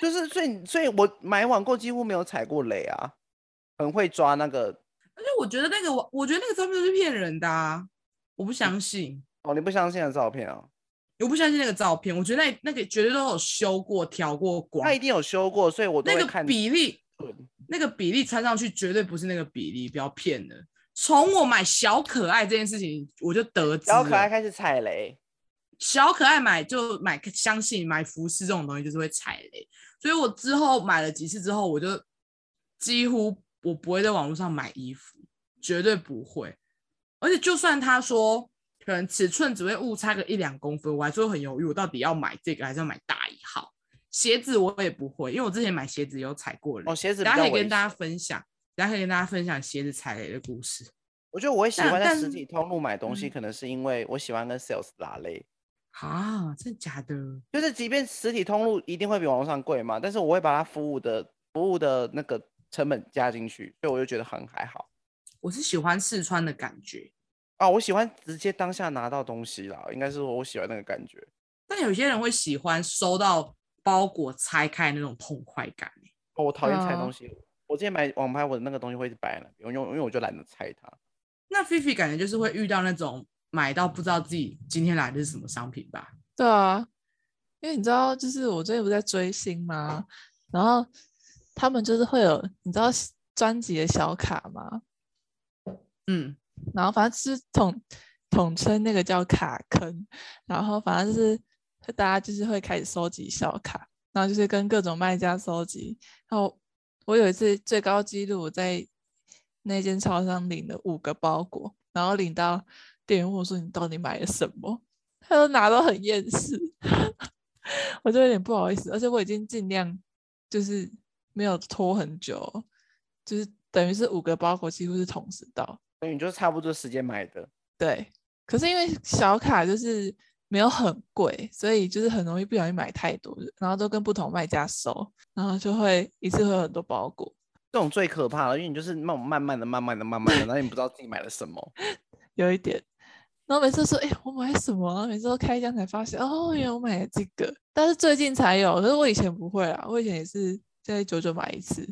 S2: 就是所以所以我买网购几乎没有踩过雷啊，很会抓那个。
S1: 而且我觉得那个我我觉得那个照片是骗人的啊，我不相信。
S2: 哦，你不相信的照片啊？
S1: 我不相信那个照片，我觉得那那个绝对都有修过、调过光
S2: 他，一定有修过，所以我都
S1: 那
S2: 会
S1: 个
S2: 看
S1: 比例
S2: 准。
S1: 那个比例穿上去绝对不是那个比例，不要骗人。从我买小可爱这件事情，我就得知
S2: 小可爱
S1: 了
S2: 开始踩雷，
S1: 小可爱买就买，相信买服饰这种东西就是会踩雷，所以我之后买了几次之后，我就几乎我不会在网络上买衣服，绝对不会。而且就算他说可能尺寸只会误差个一两公分，我还是会很犹豫，我到底要买这个还是要买大一号。鞋子我也不会，因为我之前买鞋子有踩过雷
S2: 哦，，鞋子比
S1: 大家
S2: 较
S1: 可以
S2: 危
S1: 跟大家
S2: 险。
S1: 分享，大家可以跟大家分享鞋子踩雷的故事。
S2: 我觉得我会喜
S1: 但
S2: 欢在
S1: 但
S2: 实体通路买东西，
S1: 嗯
S2: 可能是因为我喜欢跟 sales 拉雷。
S1: 啊，真的假的？
S2: 就是即便实体通路一定会比网络上贵嘛，但是我会把它服务的服务的那个成本加进去，所以我就觉得很还好
S1: 我是喜欢试穿的感觉，
S2: 啊。我喜欢直接当下拿到东西啦，应该是我喜欢那个感觉。
S1: 但有些人会喜欢收到包裹拆开那种痛快感欸、
S2: 哦，我讨厌拆
S3: 啊
S2: 东西。我之前买网拍，我的那个东西会一直摆在那边，因为因为我就懒得拆它。
S1: 那菲菲感觉就是会遇到那种买到不知道自己今天来的是什么商品吧？
S3: 对啊，因为你知道，就是我最近不是在追星嘛，然后他们就是会有你知道专辑的小卡吗？
S1: 嗯，
S3: 然后反正就是统统称那个叫卡坑，然后反正就是大家就是会开始收集小卡，然后就是跟各种卖家收集。然后我有一次最高纪录，我在那间超商领了五个包裹，然后领到店员问我说：“你到底买了什么？”他都拿到很厌世， 我就有点不好意思，而且我已经尽量就是没有拖很久，就是等于是五个包裹几乎是同时到。
S2: 所以你就差不多时间买的，
S3: 对，可是因为小卡就是没有很贵，所以就是很容易不小心买太多，然后都跟不同卖家收，然后就会一次会有很多包裹。
S2: 这种最可怕了，因为你就是那种慢慢的、慢慢的、慢慢的，然后你不知道自己买了什么。
S3: 有一点。然后每次都说，哎、我买什么啊？然后每次都开箱才发现，哦，原来我买了这个。但是最近才有，可是我以前不会啦，我以前也是在九九买一次。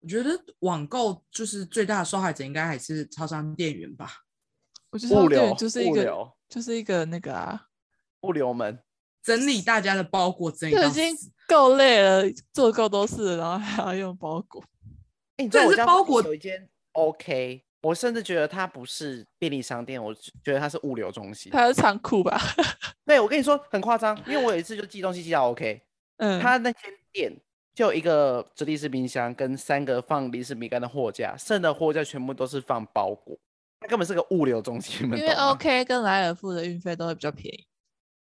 S1: 我觉得网购就是最大的受害者应该还是超商店员吧？
S3: 我就是
S2: 物
S3: 他们店
S2: 流
S3: 员就是一
S2: 物
S3: 个
S2: 流
S3: 就是一个那个啊，
S2: 物流们，
S1: 整理大家的包裹，整理
S3: 就
S1: 到
S3: 已经
S1: 死
S3: 够累了，做够多事了，然后还要用包裹。
S2: 哎、你知
S1: 这
S2: 道我
S1: 是
S2: 家
S1: 包
S2: 附
S1: 裹
S2: 近有一间 OK，我甚至觉得它不是便利商店，我只觉得它是物流中心。
S3: 他是仓库吧？
S2: 对，我跟你说很夸张，因为我有一次就寄东西寄到 OK，
S3: 嗯，
S2: 它那间店就有一个直立式冰箱跟三个放零食饼干的货架，剩的货架全部都是放包裹，它根本是个物流中心，你们
S3: 因为
S2: 懂
S1: 哦
S2: 吗
S3: OK 跟莱尔富的运费都会比较便宜。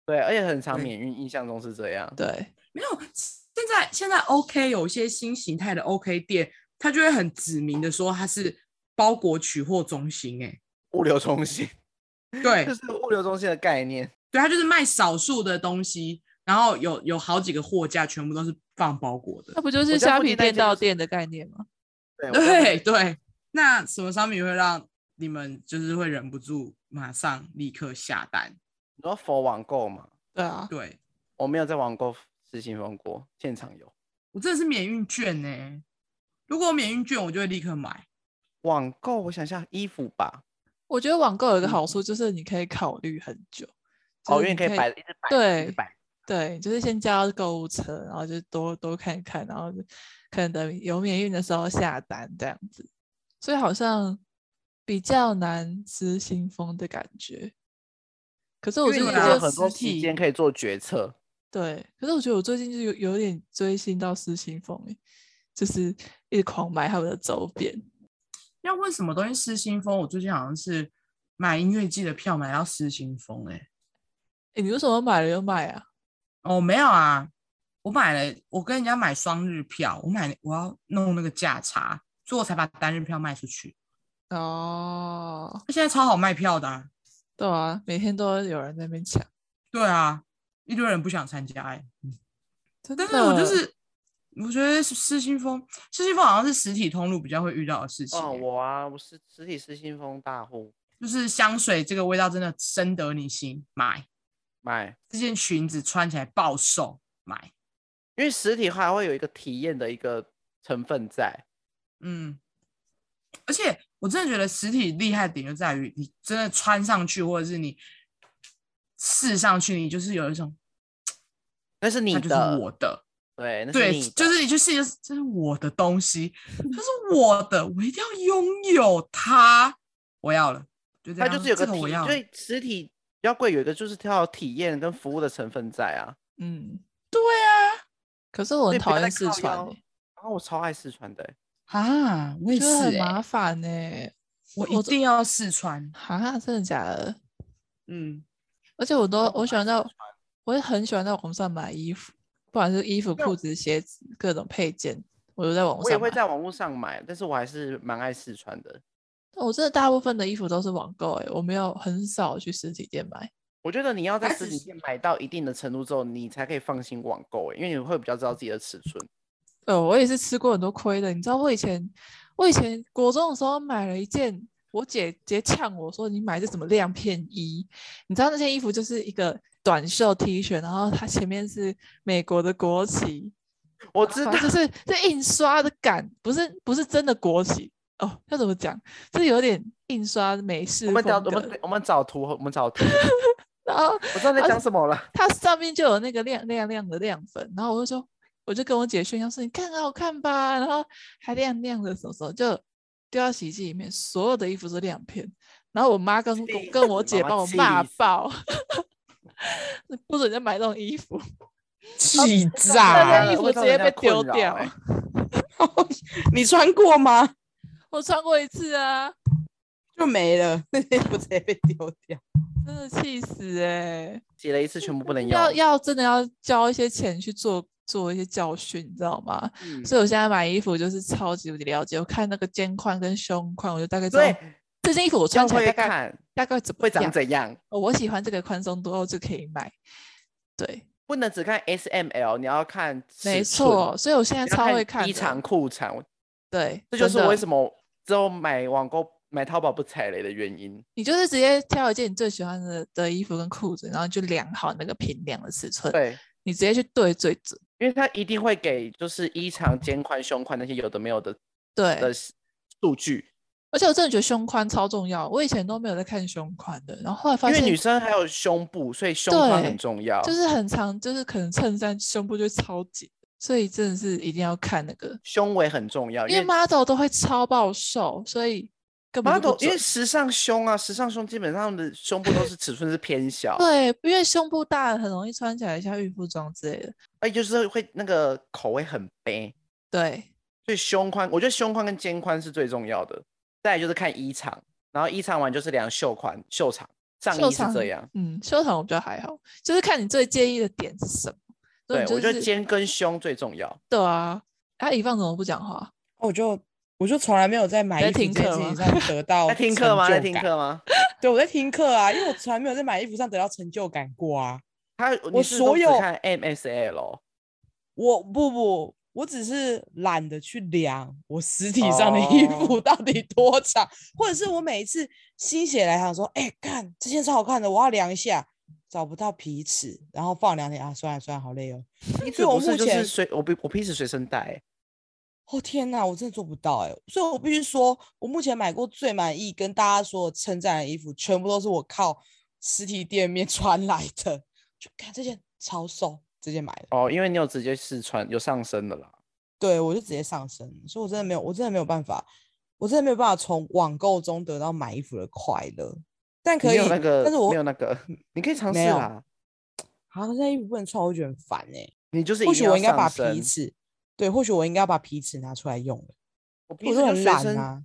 S2: 对，而且很常
S1: 对
S2: 免运，印象中是这样。
S3: 对，
S1: 没有现在现在 OK 有一些新形态的 OK 店，它就会很指明的说它是包裹取货中心、欸，
S2: 物流中心，
S1: 对
S2: 这，是物流中心的概念。
S1: 对，它就是卖少数的东西，然后有有好几个货架全部都是放包裹的
S3: 那。不就是
S2: 我家
S3: 虾
S2: 附
S3: 皮
S2: 近那
S3: 店
S2: 间
S3: 到
S2: 是
S3: 店的概念吗？
S2: 对我在
S1: 对对，那什么商品会让你们就是会忍不住马上立刻下单？
S2: 你说佛网购嘛，
S3: 对啊，
S1: 对
S2: 我没有在网购实行封过，现场有
S1: 我真的是免运券呢、如果有免运券，我就会立刻买。
S2: 网购。我想一下，衣服吧，
S3: 我觉得网购有一个好
S1: 嗯
S3: 处就是你可以考虑很久，就
S2: 哦，因
S3: 是
S2: 为
S3: 你
S2: 可以摆，一直摆，一
S3: 对
S2: 直摆。
S3: 对，就是先加到购物车，然后就多多看一看，然后就可能等有免运的时候下单这样子，所以好像比较难失心疯的感觉。可是我
S1: 因为
S3: 最
S1: 你
S3: 近
S1: 拿
S2: 我有
S1: 到
S3: 就
S2: 很多
S1: 实
S2: 时
S1: 体
S2: 间可以做决策。
S3: 对，可是我觉得我最近就有有点追星到失心疯欸，就是一直狂买他们的周边。
S1: 要问什么东西失心疯？我最近好像是买音乐季的票买到失心疯哎、
S3: 哎，你为什么买了又卖啊？
S1: 哦，没有啊，我买了，我跟人家买双日票，我买我要弄那个价差，所以我才把单日票卖出去。
S3: 哦，
S1: 那现在超好卖票的、啊，
S3: 对啊，每天都有人在那边抢，
S1: 对啊，一堆人不想参加哎、
S3: 真
S1: 但是我
S2: 嗯
S1: 就
S3: 的
S1: 是，我觉得是失心疯，失心疯好像是实体通路比较会遇到的事情、
S2: 哦，
S1: 欸
S2: 我啊，我是实体失心疯大户，
S1: 就是香水这个味道真的深得你心，买
S2: 买，
S1: 这件裙子穿起来暴瘦，买，
S2: 因为实体还会有一个体验的一个成分在。
S1: 嗯。而且我真的觉得实体厉害的点就在于，你真的穿上去，或者是你试上去，你就是有一种
S2: 那是你
S1: 它就是
S2: 的，
S1: 我的，
S2: 对，那是
S1: 对
S2: 你，
S1: 就
S2: 的
S1: 是你去试一下，这是我的东西，这是我的，我一定要拥有它，我要了，就这
S2: 它
S1: 样，
S2: 就是有
S1: 这
S2: 个
S1: 个
S2: 体，
S1: 我要了，
S2: 对，实体比较贵，有一个就是它有体验跟服务的成分在啊。
S3: 嗯，
S1: 对啊，
S3: 可是我
S2: 所以
S3: 很
S2: 不要
S3: 讨厌
S2: 再
S3: 四
S2: 靠
S3: 川
S2: 腰
S3: 欸，
S2: 然后我超爱四川的欸、
S1: 啊，我也、
S3: 就是很
S1: 欸，
S3: 麻烦呢、
S1: 我一
S3: 我这
S1: 定要试穿，
S3: 哈，真的假的？
S1: 嗯，
S3: 而且我都我喜欢
S2: 到
S3: 在，我也很喜欢在网上买衣服，不管是衣服、
S2: 那
S3: 裤子、鞋子各种配件，我都在网
S2: 我也
S3: 上
S2: 会
S3: 买。
S2: 在网络上买，但是我还是蛮爱四川的。
S3: 我真的大部分的衣服都是网购，哎，我没有很少去实体店买。
S2: 我觉得你要在
S1: 它
S2: 实
S1: 只
S2: 体
S1: 是
S2: 店买到一定的程度之后，你才可以放心网购、欸，因为你会比较知道自己的尺寸。
S3: 呃，我也是吃过很多亏的。你知道我以前，我以前国中的时候买了一件，我姐直接呛我说：“你买这什么亮片衣？”你知道那件衣服就是一个短袖 T 恤，然后它前面是美国的国旗，
S2: 我知道
S3: 反，正哦 就是这印刷的感，不是不是真的国旗哦，要怎么讲？这有点印刷美式
S2: 我们找
S3: 风
S2: 我
S3: 格
S2: 们。我们找图，我们找图。
S3: 然后
S2: 我 知道你在讲什么了。
S3: 它上面就有那个亮亮亮的亮粉，然后我就说，我就跟我姐炫耀说，你看很好看吧，然后还亮亮的什么什么，就丢到洗衣机里面，所有的衣服是亮片，然后我妈跟我
S2: 气
S3: 跟我
S2: 死
S3: 姐
S2: 妈妈
S3: 把我
S2: 气
S3: 骂
S2: 死
S3: 爆， 不准再买这种 衣服，
S2: 哦
S1: 气
S3: 那
S1: 炸
S3: 件
S1: 了！
S3: 衣服
S2: 会
S3: 直
S2: 造
S3: 接
S2: 成人
S3: 被
S2: 家
S3: 丢
S2: 困扰
S3: 掉。
S2: 欸
S1: 你穿过吗？
S3: 我穿过一次啊，
S1: 就没了， 那件衣服直接被丢掉。
S3: 真的气死哎、
S2: 洗了一次全部不能用。
S3: 要要真的要交一些钱去做做一些教训，你知道吗？
S2: 嗯
S3: 所以我现在买衣服就是超级无敌了解，我看那个肩宽跟胸宽，我就大概知道
S2: 对，
S3: 这件衣服我穿
S2: 要
S3: 起来
S2: 会
S3: 大概
S2: 看
S3: 大概怎么
S2: 会长
S3: 样
S2: 怎样，
S3: 哦我喜欢这个宽松度，哦我就可以买。对，
S2: 不能只看 S M L，你要看
S3: 没
S2: 尺寸
S3: 错，，所以我现在
S2: 你要
S3: 超会看
S2: 衣
S3: 的
S2: 长裤长，
S3: 对，
S2: 这就是
S3: 真的
S2: 我为什么之后买网购买淘宝不踩雷的原因。
S3: 你就是直接挑一件你最喜欢的的衣服跟裤子，然后就量好那个平量的尺寸，
S2: 对，
S3: 你直接去对最准。
S2: 因为它一定会给就是衣长、肩宽、胸宽那些有的没有的
S3: 对，
S2: 的数据，
S3: 而且我真的觉得胸宽超重要，我以前都没有在看胸宽的，然后后来发
S2: 因为
S3: 现
S2: 女生还有胸部，所以胸宽
S3: 对
S2: 很重要。
S3: 就是很长，就是可能衬衫胸部就会超紧，所以真的是一定要看那个，
S2: 胸围很重要，
S3: 因为 model 都会超爆瘦，所以根本就
S2: model
S3: 不
S2: 因为
S3: 准
S2: 时尚胸啊，时尚胸基本上的胸部都是尺寸是偏小，
S3: 对，因为胸部大很容易穿起来像孕妇装之类的。
S2: 哎，就是会那个口味很悲，
S3: 对，
S2: 所以胸宽，我觉得胸宽跟肩宽是最重要的。再来就是看衣长，然后衣长完就是量袖宽、袖长，上
S3: 袖
S2: 衣是
S3: 长
S2: 这样。
S3: 嗯，修长我比较还好，就是看你最介意的点是什么，所
S2: 对，
S3: 以你
S2: 我觉
S3: 就
S2: 得
S3: 是
S2: 肩跟胸最重要。
S3: 对啊，他乙方怎么不讲话？
S1: 哦我就我就从来没有在买
S3: 在
S1: 衣服这件
S3: 听课
S1: 事情
S3: 吗
S1: 上得到
S2: 在听课吗？在
S1: 哦成就
S2: 听
S1: 感
S2: 课吗？
S1: 对，我在听课啊，因为我从来没有在买衣服上得到成就感过啊。
S2: 他
S1: 我所有
S2: 看 MSL
S1: 我不不，我只是懒得去量我实体上的衣服
S2: 哦
S1: 到底多长或者是我每一次心血来潮说，哎、看这件超好看的，我要量一下，找不到皮尺，然后放两天啊，算了算了，好累哦。所以
S2: 这
S1: 我
S2: 不是
S1: 目
S2: 就
S1: 前
S2: 是随我比我平时随身带欸，
S1: 哦天哪，我真的做不到哎、所以我必须说，我目前买过最满意跟大家说称赞的衣服，全部都是我靠实体店面 穿来的。就看这件超瘦，这件买的，
S2: 哦，因为你有直接试穿，有上身的啦。
S1: 对我就直接上身，所以我真的没有，我真的没有办法，我真的没有办法从网购中得到买衣服的快乐。但
S2: 你
S1: 可
S2: 没
S1: 以，
S2: 有那个，
S1: 但是我
S2: 没有那个， 你可以尝试
S1: 没有
S2: 啦。
S1: 好像这件衣服不能穿，我会觉得很烦哎、
S2: 你就是一
S1: 或
S2: 定
S1: 许
S2: 要
S1: 我应该
S2: 上
S1: 把
S2: 身
S1: 皮尺，对，或许我应该要把皮尺拿出来用了。
S2: 我平
S1: 我
S2: 时
S1: 就
S2: 就
S1: 很
S2: 随
S1: 懒
S2: 身
S1: 啊，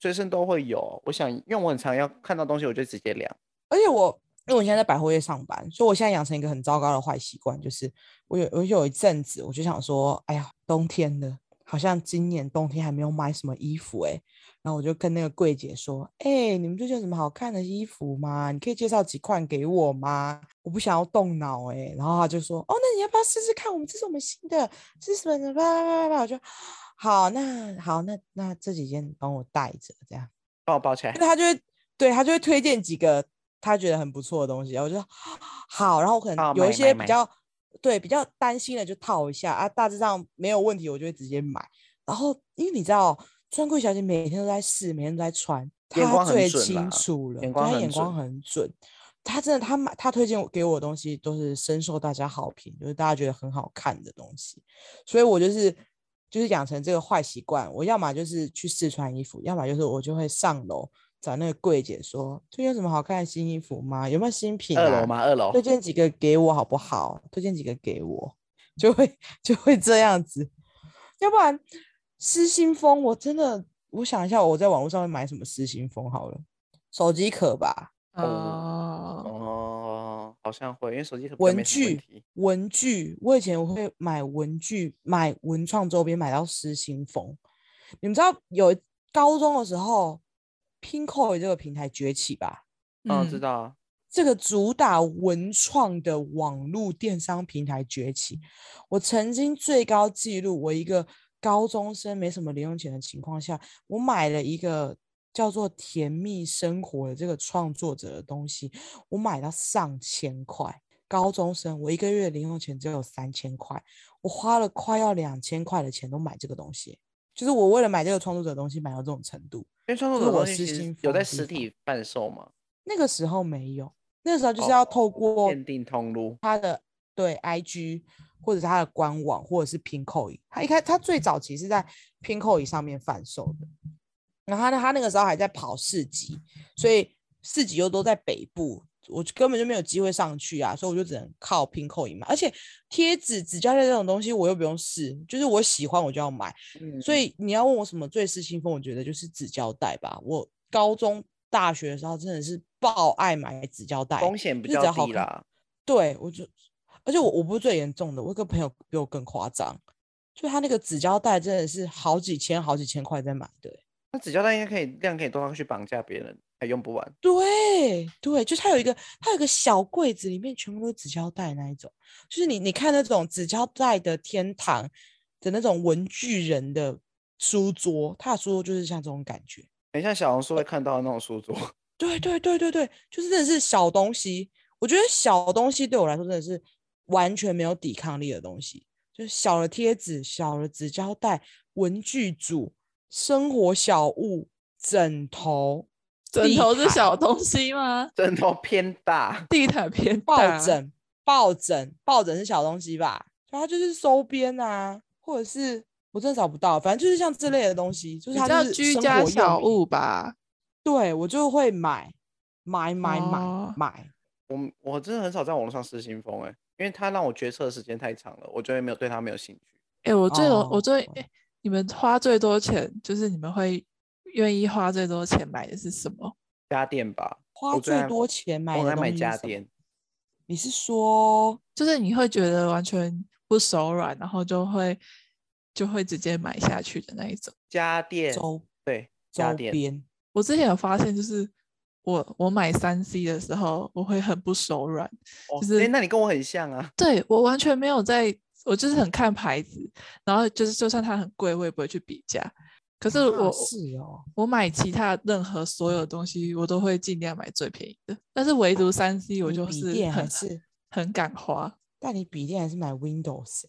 S2: 随身都会有。我想，因为我很常要看到东西，我就直接量。
S1: 而且我因为我现在在百货业上班，所以我现在养成一个很糟糕的坏习惯，就是我有我有一阵子我就想说，哎呀，冬天了，好像今年冬天还没有买什么衣服哎、然后我就跟那个柜姐说：“哎、你们最近有什么好看的衣服吗？你可以介绍几款给我吗？我不想要动脑哎、然后她就说：“哦，那你要不要试试看？我们这是我们新的，这是什么的？叭叭叭叭。”我就好，那好，那那这几件帮我带着这样。
S2: 帮我包起来
S1: 因为。他就会对他就会推荐几个他觉得很不错的东西，然后我就说好，然后我可
S2: 哦
S1: 能有
S2: 买
S1: 一些
S2: 买
S1: 比较、对比较担心的就套一下啊，大致上没有问题，我就会直接买。然后因为你知道，专柜小姐每天都在试，每天都在穿，
S2: 眼
S1: 她
S2: 光很
S1: 最
S2: 准
S1: 清
S2: 啦
S1: 楚了，
S2: 眼
S1: 对
S2: 光
S1: 她
S2: 很
S1: 眼光
S2: 准
S1: 很准。她真的，她买她推荐我给我的东西都是深受大家好评，就是大家觉得很好看的东西。所以我就是就是养成这个坏习惯，我要么就是去试穿衣服，要么就是我就会上楼找那个柜姐说，最近有什么好看的新衣服吗？有没有新品、啊？
S2: 二楼？吗？二楼
S1: 推。荐几个给我好不好？推荐几个给我，就会就会这样子，要不然失心疯，我真的我想一下，我在网络上面买什么失心疯好了，手机壳吧，
S3: 哦，
S2: 哦，好像会，因为手机可能
S1: 文
S2: 没什么问
S1: 具
S2: 题。，
S1: 文具，我以前我会买文具，买文创周边，买到失心疯。你们知道有高中的时候，Pinkoi 这个平台崛起吧？
S2: 嗯，知。道啊。
S1: 这个主打文创的网络电商平台崛起，我曾经最高纪录，我一个高中生没什么零用钱的情况下，我买了一个叫做《甜蜜生活》的这个创作者的东西，我买到上千块。高中生，我一个月零用钱只有三千块，我花了快要两千块的钱都买这个东西，就是我为了买这个创作者的东西买到这种程度。
S2: 因为创作
S1: 这
S2: 者
S1: 是
S2: 的
S1: 我
S2: 东西
S1: 失
S2: 其实
S1: 心
S2: 有
S1: 疯的
S2: 在
S1: 地
S2: 实
S1: 方
S2: 体贩售嘛，
S1: 那个时候没有，那个时候就是要透过
S2: 限定通路。
S1: 对 IG 或者是它的官网或者是 Pinkoi，它一开它最早期是在 Pinkoi 上面贩售的，然后呢，它那个时候还在跑市集，所以市集又都在北部，我就根本就没有机会上去啊，所以我就只能靠 Pinkoi 买，而且贴纸、纸胶带这种东西我又不用试，就是我喜欢我就要买，所
S2: 以
S1: 以你要问我什么最失心疯，我觉得就是纸胶带吧，我高中。大学的时候真的是爆爱买纸胶带，
S2: 风险比
S1: 就是只
S2: 较
S1: 要好
S2: 低
S1: 看
S2: 啦。
S1: 对，我就，而且我我不是最严重的，我有个朋友比我更夸张，就他那个纸胶带真的是好几千、好几千块在买的欸。
S2: 那纸胶带应该可以量可以多到去绑架别人，还用不完。
S1: 对对，就是它有一个，它有一个小柜子，里面全部都是纸胶带那一种，就是你你看那种纸胶带的天堂的那种文具人的书桌，他的书桌就是像这种感觉。
S2: 很像小红书会看到的那种书桌，
S1: 对对对对对，就是真的是小东西。我觉得小东西对我来说真的是完全没有抵抗力的东西，就是小的贴纸、小的纸胶带、文具组、生活小物、枕头、
S3: 枕
S1: 地
S3: 头是
S1: 毯
S3: 小东西吗？
S2: 枕头偏大。
S3: 地毯偏
S1: 抱
S3: 大，
S1: 枕、抱枕、抱枕是小东西吧？它就是收边啊，或者是我真的找不到，反正就是像这类的东西，就是
S3: 比
S1: 它
S3: 较
S1: 就是
S3: 居
S1: 生
S3: 家
S1: 活用
S3: 小
S1: 品，
S3: 物吧。
S1: 对我就会买买买买
S3: 哦
S1: 买。
S2: 我我真的很少在网络上失心疯哎、因为它让我决策的时间太长了，我觉得没有对它没有兴趣。
S3: 哎、我最容
S1: 哦
S3: 我最、
S1: 对
S3: 诶你们花最多钱，就是你们会愿意花最多钱买的是什么？
S2: 家电吧，
S1: 花
S2: 我最
S1: 最
S2: 爱
S1: 多钱买
S2: 我
S1: 的
S2: 爱
S1: 东
S2: 买
S1: 西是
S2: 家
S1: 什么
S2: 电，
S1: 你是说
S3: 就是你会觉得完全不手软，然后就会就会直接买下去的那一种
S2: 家电
S1: 周
S2: 对家
S1: 周
S2: 电
S1: 边，
S3: 我之前有发现，就是我我买三 C 的时候，我会很不手软，
S2: 哦
S3: 就是
S2: 诶那你跟我很像啊，
S3: 对我完全没有在，我就是很看牌子，然后就是就算它很贵，我也不会去比价。可是
S1: 啊
S3: 我、
S1: 是哦，
S3: 我买其他任何所有东西，我都会尽量买最便宜的，但是唯独三 C 我
S1: 你
S3: 就
S1: 笔
S3: 是
S1: 电还
S3: 很
S1: 是，
S3: 很敢花。
S1: 但你笔电还是买 Windows，欸、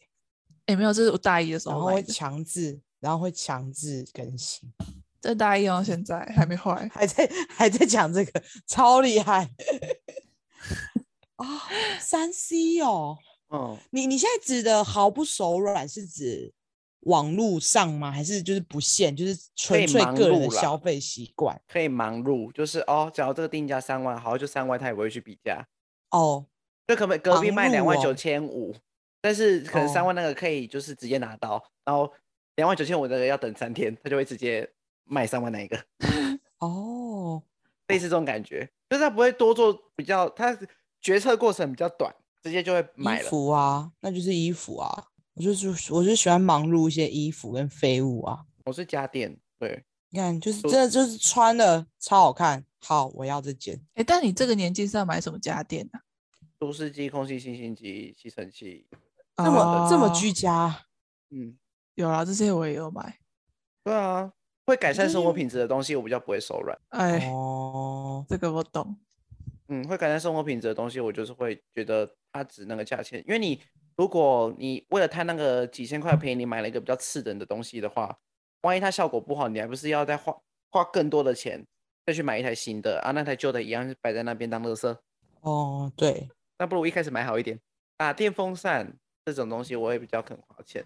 S3: 也没有，这是我大一的时
S1: 然
S3: 候
S1: 后
S3: 买
S1: 会
S3: 的，
S1: 强制，然后会强制更新，
S3: 这大一用到现在还没坏。
S1: 还在还在讲这个，超厉害啊！三 C 哦，
S2: 嗯，
S1: 你你现在指的毫不手软是指网络上吗？还是就是不限，就是纯
S2: 以
S1: 粹
S2: 忙
S1: 个人的
S2: 碌啦
S1: 消费习惯？
S2: 可以忙碌，就是哦，只要这个定价三万，好就三万，他也不会去比价，
S1: 哦，
S2: 就可能隔壁
S1: 忙
S2: 卖两万
S1: 碌
S2: 九
S1: 哦
S2: 千五，但是可能三
S1: 哦
S2: 万那个可以就是直接拿到，然后两万九千五那个要等三天，他就会直接卖三万那一个，
S1: 哦，
S2: 类似这种感觉，就是他不会多做比较，他决策过程比较短，直接就会买
S1: 衣
S2: 了。
S1: 服啊，那就是衣服啊。我就是我就喜欢忙碌一些衣服跟废物啊。
S2: 我是家电，对，
S1: 你看，就是
S2: 就
S1: 真的就是穿的超好看，好，我要这件。
S3: 哎，但你这个年纪是要买什么家电啊呢、
S2: 除湿机、空气清新机、吸尘器，
S3: 啊？
S1: 这么、这么
S3: 哦
S1: 居家，
S2: 嗯，
S3: 有啊啦，这些我也有买。
S2: 对啊，会改善
S1: 就是
S2: 生活
S1: 用
S2: 品质的东西，我比较不会手软。
S3: 哎，
S1: 哦，
S3: 这个我懂。
S2: 嗯，会改善生活品质的东西，我就是会觉得它值那个价钱。因为你如果你为了贪那个几千块便宜，你买了一个比较次等的东西的话，万一它效果不好，你还不是要再花花更多的钱再去买一台新的啊？那台旧的一样是摆在那边当垃圾。
S1: 哦，对，
S2: 那不如一开始买好一点。打电风扇这种东西，我也比较肯花钱。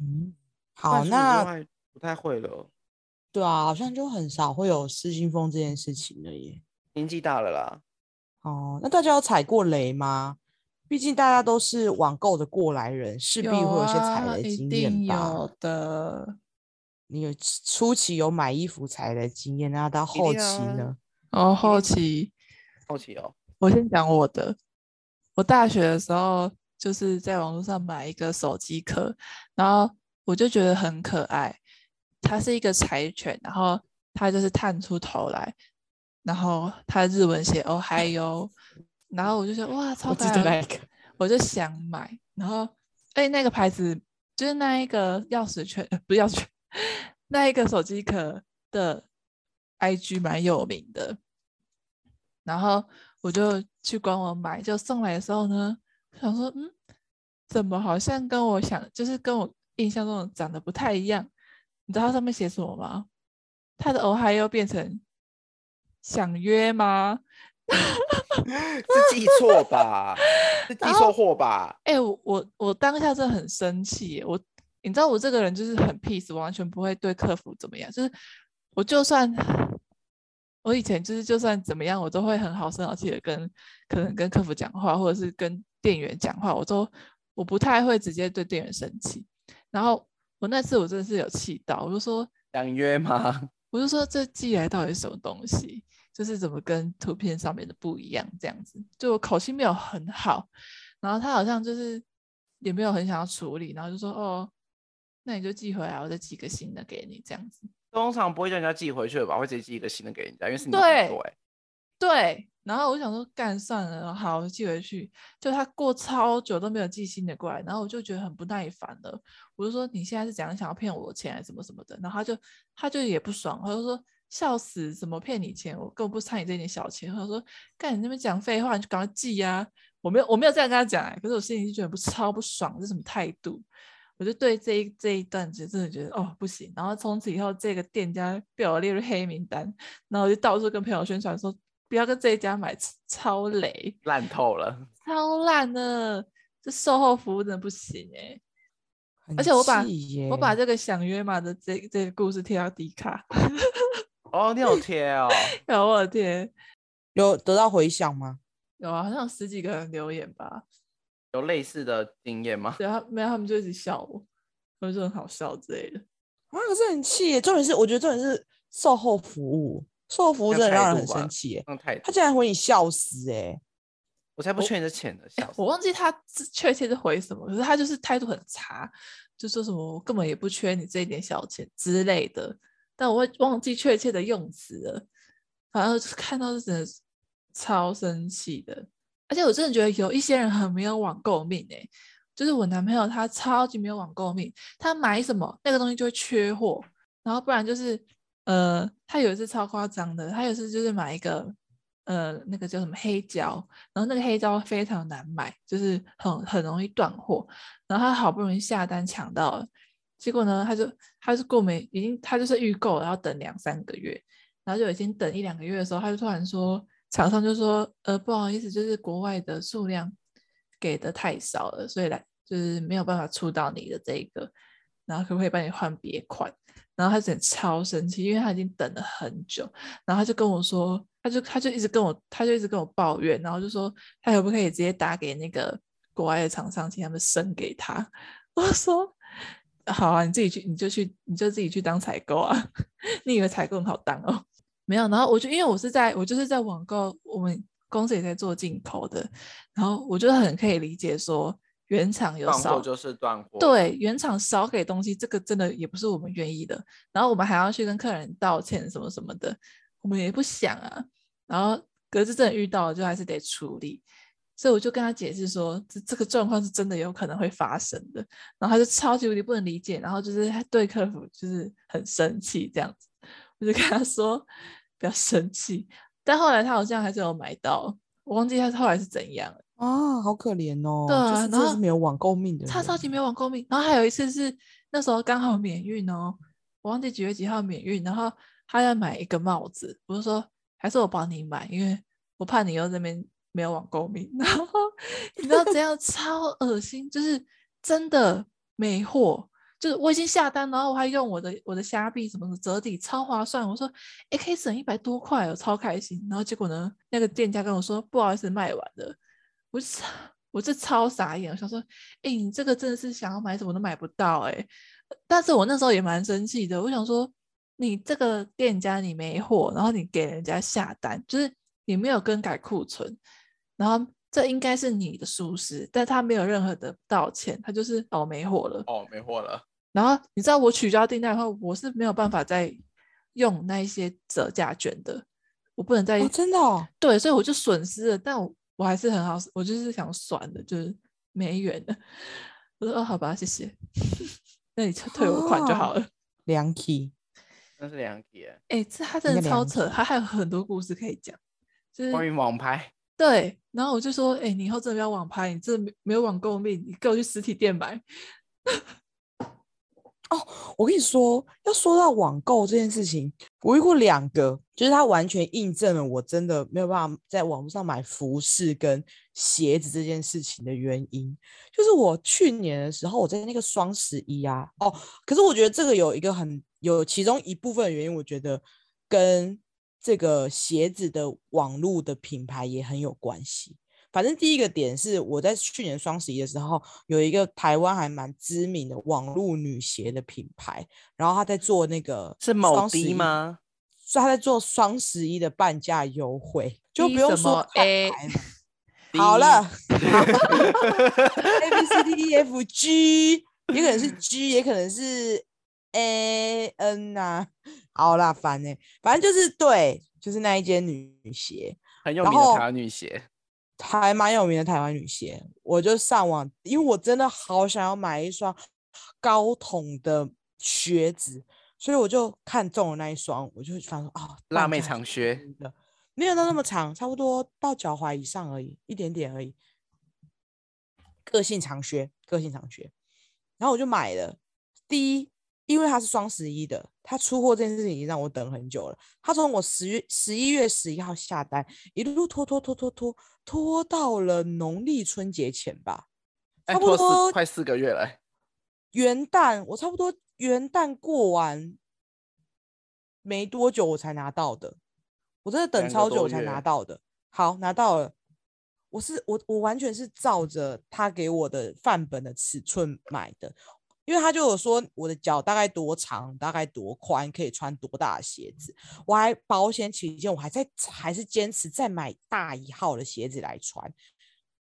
S1: 嗯，
S2: 但
S1: 好，
S2: 除此之
S1: 那
S2: 外不太会了，
S1: 对啊，好像就很少会有失心疯这件事情了耶。
S2: 年纪大了啦。
S1: 哦，那大家有踩过雷吗？毕竟大家都是网购的过来人，势必
S3: 有
S1: 会一些
S3: 啊
S1: 踩雷
S3: 一
S1: 经
S3: 定
S1: 验吧？
S3: 有的。
S1: 你有初期有买衣服踩雷经验，那到
S2: 一
S1: 后期
S2: 定啊
S1: 呢？
S3: 哦，后期
S2: 好奇哦，
S3: 我先讲我的。我大学的时候就是在网络上买一个手机壳，然后我就觉得很可爱。它是一个柴犬，然后它就是探出头来，然后它日文写哦嗨哟，然后我就觉得哇，超
S1: 我
S3: 可
S1: 记得那
S3: 爱
S1: 一，个，
S3: 我就想买。然后哎，那个牌子就是那一个钥匙圈， 呃不是钥匙圈，那一个手机壳的 IG 蛮有名的。然后我就去官网买，就送来的时候呢，我想说，嗯，怎么好像跟我想，就是跟我印象中的长得不太一样？你知道它上面写什么吗？它的 Ohio 变成想约吗？
S2: 是记错吧？是记错货吧？
S3: 哎、我我我当下真的很生气耶，我你知道我这个人就是很 peace，我完全不会对客服怎么样，就是我就算我以前就是就算怎么样，我都会很好声好气的跟可能跟客服讲话，或者是跟店员讲话，我都我不太会直接对店员生气。然后我那次我真的是有气到，我就说
S2: 想约吗？
S3: 我就说这寄来到底是什么东西？就是怎么跟图片上面的不一样，这样子，就我口气没有很好，然后他好像就是也没有很想要处理，然后就说哦，那你就寄回来，我再寄个新的给你，这样子。
S2: 通常不会叫人家寄回去的吧？会直接寄一个新的给人家，因为是你自己
S3: 对
S2: 做、欸。
S3: 对，然后我就想说干算了，好，我寄回去。就他过超久都没有寄新的过来，然后我就觉得很不耐烦了。我就说你现在是怎样想要骗我钱还是什么什么的，然后他就他就也不爽，他就说笑死，怎么骗你钱？我根本不差你这点小钱。他说干你那边讲废话，你就赶快寄呀、我没有我没有这样跟他讲、欸，可是我心里就觉得不超不爽，这什么态度？我就对这一这一段就真的觉得哦不行，然后从此以后这个店家被我列入黑名单，然后我就到处跟朋友宣传说不要跟这一家买，超雷，
S2: 烂透了。
S3: 超烂的，这售后服务真的不行哎、
S1: 很
S3: 而且我把
S1: 气耶
S3: 我把这个想约嘛的这这个故事贴到迪卡，
S2: 哦，你有贴哦，
S3: 然后我贴
S1: 有得到回响吗？
S3: 有啊，好像有十几个人留言吧，
S2: 有类似的经验吗？
S3: 对，他没有他们就一直笑我，我就说很好笑之类的。
S1: 啊，可是很气耶。重点是，我觉得重点是售后服务，售后服务
S2: 那
S1: 真的
S2: 态
S1: 让人
S2: 度
S1: 很
S2: 吧
S1: 生气耶。
S2: 那太
S1: 他竟然回你笑死哎、
S2: 我才不缺你的钱呢，笑死
S3: 我忘记他是确切是回什么，可是他就是态度很差，就说什么我根本也不缺你这一点小钱之类的，但我忘记确切的用词了。反正就是看到就真的是超生气的，而且我真的觉得有一些人很没有网购命哎、就是我男朋友他超级没有网购命，他买什么那个东西就会缺货，然后不然就是呃，他有一次超夸张的，他有一次就是买一个呃那个叫什么黑胶，然后那个黑胶非常难买，就是很很容易断货。然后他好不容易下单抢到了，结果呢，他就他就过没已经他就是预购，然后等两三个月，然后就已经等一两个月的时候，他就突然说厂商就说呃不好意思，就是国外的数量给的太少了，所以来就是没有办法出到你的这一个，然后可不可以帮你换别款？然后他整超生气，因为他已经等了很久，然后他就跟我说，他就他就一直跟我，他就一直跟我抱怨，然后就说他可不可以直接打给那个国外的厂商，请他们生给他。 我说好啊，你自己去，你就去，你就自己去当采购啊， 你以为采购很好当哦？没有，然后我就因为我是在我就是在网购，我们公司也在做进口的，然后我就很可以理解说原厂有
S2: 断
S3: 少
S2: 货就是断货，，
S3: 对，原厂少给东西，这个真的也不是我们愿意的。然后我们还要去跟客人道歉什么什么的，我们也不想啊。然后可是真的遇到了，就还是得处理。所以我就跟他解释说，这这个状况是真的有可能会发生的。然后他就超级无敌不能理解，然后就是他对客服就是很生气这样子。我就跟他说不要生气，但后来他好像还是有买到，我忘记他后来是怎样了。
S1: 啊，好可怜哦，
S3: 对啊
S1: 就是
S3: 然
S1: 真的
S3: 后
S1: 是没有网购命的人，
S3: 他超级没有网购命。然后还有一次是那时候刚好免运哦，我忘记几月几号免运，然后他要买一个帽子，我就说还是我帮你买，因为我怕你又在那边没有网购命。 然后你知道这样超恶心，就是真的没货。就是我已经下单，然后我还用我的我的虾币什么的折抵，超划算。我说，哎，可以省一百多块哦，我超开心。然后结果呢，那个店家跟我说，不好意思，卖完了。我就超我这超傻眼，我想说，哎、你这个真的是想要买什么都买不到哎、但是我那时候也蛮生气的，我想说，你这个店家你没货，然后你给人家下单，就是你没有更改库存，然后这应该是你的疏失，但他没有任何的道歉，他就是哦没货了。
S2: 哦，没货了，
S3: 然后你知道我取消订单后，我是没有办法再用那一些折价券的，我不能再、
S1: 哦，真的哦，
S3: 对，所以我就损失了，但我我还是很好，我就是想算了，就是没缘了。我说哦，好吧，谢谢， 那你就退我款就好了。
S1: 良 key
S2: 真是两欸点。
S3: 哦哎、这他真
S1: 应
S3: 的
S1: 该
S3: 超
S1: 了解
S3: 扯，他还有很多故事可以讲，就是
S2: 关于网拍，
S3: 对，然后我就说，哎、你以后真的不要网拍，你真的没没有网购命，你给我去实体店买。
S1: 我跟你说，要说到网购这件事情，我遇过两个，就是它完全印证了我真的没有办法在网络上买服饰跟鞋子这件事情的原因。就是我去年的时候，我在那个双十一啊，哦，可是我觉得这个有一个很有其中一部分的原因，我觉得跟这个鞋子的网络的品牌也很有关系。反正第一个点是我在去年双十一的时候，有一个台湾还蛮知名的网络女鞋的品牌，然后她在做那个
S2: 是某
S1: 双十
S2: 低
S1: 一？
S2: 吗？
S1: 所以她在做双十一的半价优惠，就不
S3: 一
S1: 用
S3: 什
S1: 说
S3: 么
S1: 看
S3: A
S1: 牌嘛好了，A B C D E F G，也可能是 G，也可能是 A N 呐、好啦，烦呢、反正就是对，就是那一间女鞋，
S2: 很有
S1: 然
S2: 名的
S1: 后
S2: 台湾女鞋，
S1: 还蛮有名的台湾女鞋，我就上网，因为我真的好想要买一双高筒的靴子，所以我就看中了那一双，我就反正啊，
S2: 辣
S1: 半
S2: 妹
S1: 价
S2: 长
S1: 是
S2: 靴
S1: 便宜的，没有到那么长，差不多到脚踝以上而已，一点点而已。个性长靴，个性长靴，然后我就买了。第一，因为它是双十一的，它出货这件事情已经让我等很久了。它从我十月十一月十一号下单，一路拖拖拖拖拖拖到了农历春节前吧，
S2: 哎，
S1: 差不
S2: 拖四
S1: 多
S2: 快四个月了欸，
S1: 元旦我差不多元旦过完没多久我才拿到的，我真的等
S2: 两个
S1: 超久
S2: 多
S1: 我才拿
S2: 月
S1: 到的。好，拿到了，我是我我完全是照着他给我的范本的尺寸买的，因为他就有说我的脚大概多长，大概多宽，可以穿多大的鞋子。我还保险起见，我还在还是坚持再买大一号的鞋子来穿。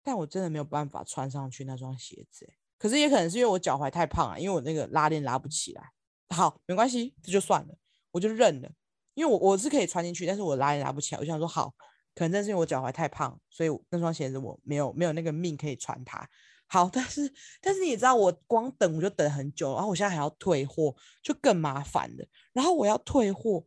S1: 但我真的没有办法穿上去那双鞋子欸、可是也可能是因为我脚踝太胖啊了，因为我那个拉链拉不起来。好，没关系，这就算了，我就认了。因为我我是可以穿进去，但是我拉链拉不起来。我想说，好，可能正是因为我脚踝太胖，所以我那双鞋子我没有没有那个命可以穿它。好， 但是但是你也知道，我光等我就等很久，然后我现在还要退货，就更麻烦了。然后我要退货，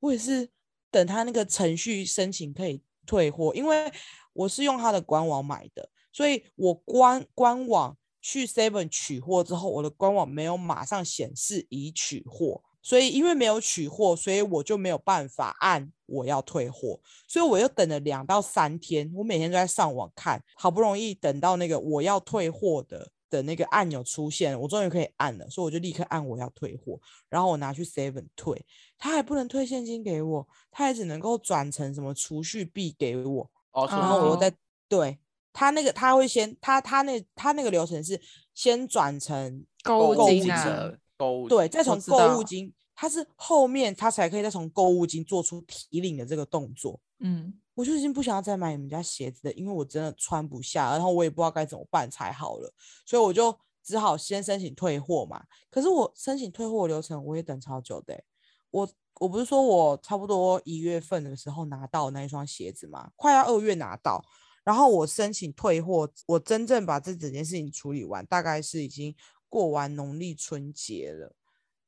S1: 我也是等他那个程序申请可以退货，因为我是用他的官网买的，所以我官官网去 Seven 取货之后，我的官网没有马上显示已取货，所以因为没有取货，所以我就没有办法按我要退货，所以我又等了两到三天，我每天都在上网看，好不容易等到那个我要退货的。的那个按钮出现，我终于可以按了，所以我就立刻按我要退货，然后我拿去 Seven 退，他还不能退现金给我，他还只能够转成什么储蓄币给我，
S2: 哦，
S1: 然后我又
S3: 哦
S1: 再对他那个他会先他他那他那个流程是先转成
S3: 购
S1: 购
S3: 物
S1: 物
S3: 金啊
S1: 金，
S2: 的购物
S1: 对，再
S3: 我
S1: 从
S3: 知
S1: 购
S3: 道
S1: 物金，他是后面他才可以再从购物金做出提领的这个动作。
S3: 嗯，
S1: 我就已经不想要再买你们家鞋子了，因为我真的穿不下，然后我也不知道该怎么办才好了，所以我就只好先申请退货嘛。可是我申请退货的流程我也等超久的欸、我我不是说我差不多一月份的时候拿到那一双鞋子嘛，快要二月拿到，然后我申请退货，我真正把这整件事情处理完，大概是已经过完农历春节了，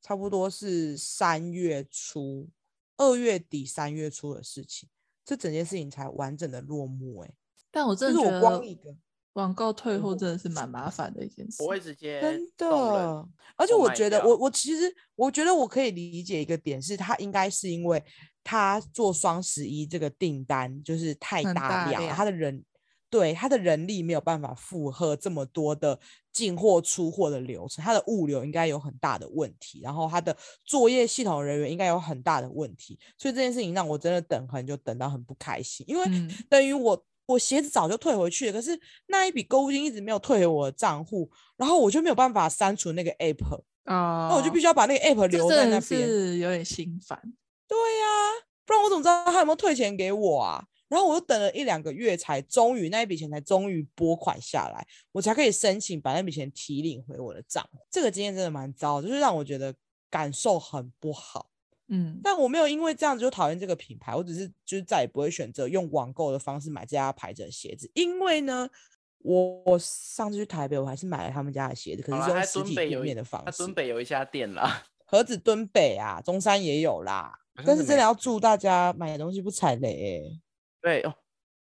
S1: 差不多是三月初、二月底、三月初的事情。这整件事情才完整的落幕、欸。哎，
S3: 但我真
S1: 是
S3: 的觉
S1: 我光一
S3: 得
S1: 个
S3: 网购退货真的是蛮麻烦的一件事
S2: 我。会直接
S1: 真
S2: 送人
S1: 的，而且
S2: 都
S1: 我
S2: 卖
S1: 觉得，
S2: 掉
S1: 我我其实我觉得我可以理解一个点是，他应该是因为他做双十一这个订单就是太
S3: 很
S1: 大
S3: 大
S1: 量了，
S3: 量
S1: 他的人对他的人力没有办法负荷这么多的进货出货的流程，他的物流应该有很大的问题，然后他的作业系统人员应该有很大的问题，所以这件事情让我真的等很久，等到很不开心，因为
S3: 嗯，
S1: 等于我我鞋子早就退回去了，可是那一笔购物金一直没有退回我的账户，然后我就没有办法删除那个 app，
S3: 哦，
S1: 那我就必须要把那个 app
S3: 这
S1: 留在
S3: 真
S1: 那
S3: 的
S1: 边，
S3: 是有点心烦。
S1: 不然我怎么知道他有没有退钱给我啊？然后我又等了一两个月才，终于那一笔钱才终于拨款下来，我才可以申请把那笔钱提领回我的账户。这个经验真的蛮糟的，就是让我觉得感受很不好。
S3: 嗯，
S1: 但我没有因为这样子就讨厌这个品牌，我只是就是再也不会选择用网购的方式买这家牌子的鞋子，因为呢，我我上次去台北，我还是买了他们家的鞋子，可
S2: 好
S1: 是是用
S2: 啦他
S1: 实
S2: 敦
S1: 体
S2: 北
S1: 店
S2: 有一
S1: 面的方
S2: 他
S1: 式
S2: 敦。北有一家店啦，
S1: 何止敦北啊，中山也有啦。
S2: 好像
S1: 但
S2: 是
S1: 是真
S2: 每
S1: 的要祝大家买东西不踩雷、欸，
S2: 对哦，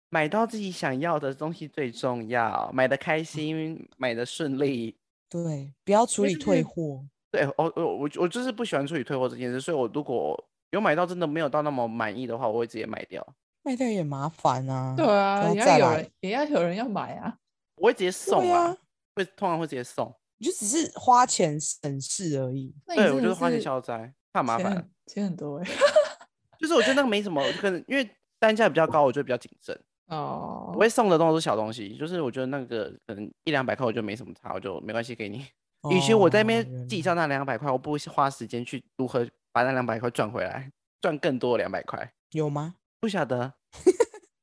S2: 买到自己想要的东西最重要，买的开心，买的顺利。
S1: 对，不要处
S2: 因为
S1: 理
S2: 就是
S1: 退货。
S2: 对，我我我我就是不喜欢处理退货这件事，所以我如果有买到真的没有到那么满意的话，我会直接卖掉，
S1: 卖掉也麻烦啊，
S3: 对啊，
S1: 然后
S3: 也
S1: 再
S3: 要有
S1: 来
S3: 人，也要有人要买啊。
S2: 我会直接送啊，
S1: 啊
S2: 会通常会直接送。
S1: 你就只是花钱省事而已。
S3: 那你
S2: 对，
S3: 真
S2: 我就是
S3: 的
S2: 花钱
S3: 是
S2: 消灾，怕麻
S3: 钱
S2: 烦。啊
S3: 很，钱很多哎、
S2: 就是我觉得那个没什么，可能因为单价比较高，我就比较谨慎。
S3: 哦
S2: 我，会送的东西都是小东西，就是我觉得那个可能一两百块我就没什么差，我就没关系给你。与其我在那
S1: 哦
S2: 边
S1: 原
S2: 计
S1: 来
S2: 较那两百块，我不如花时间去如何把那两百块赚回来，赚更多两百块。
S1: 有吗？
S2: 不晓得，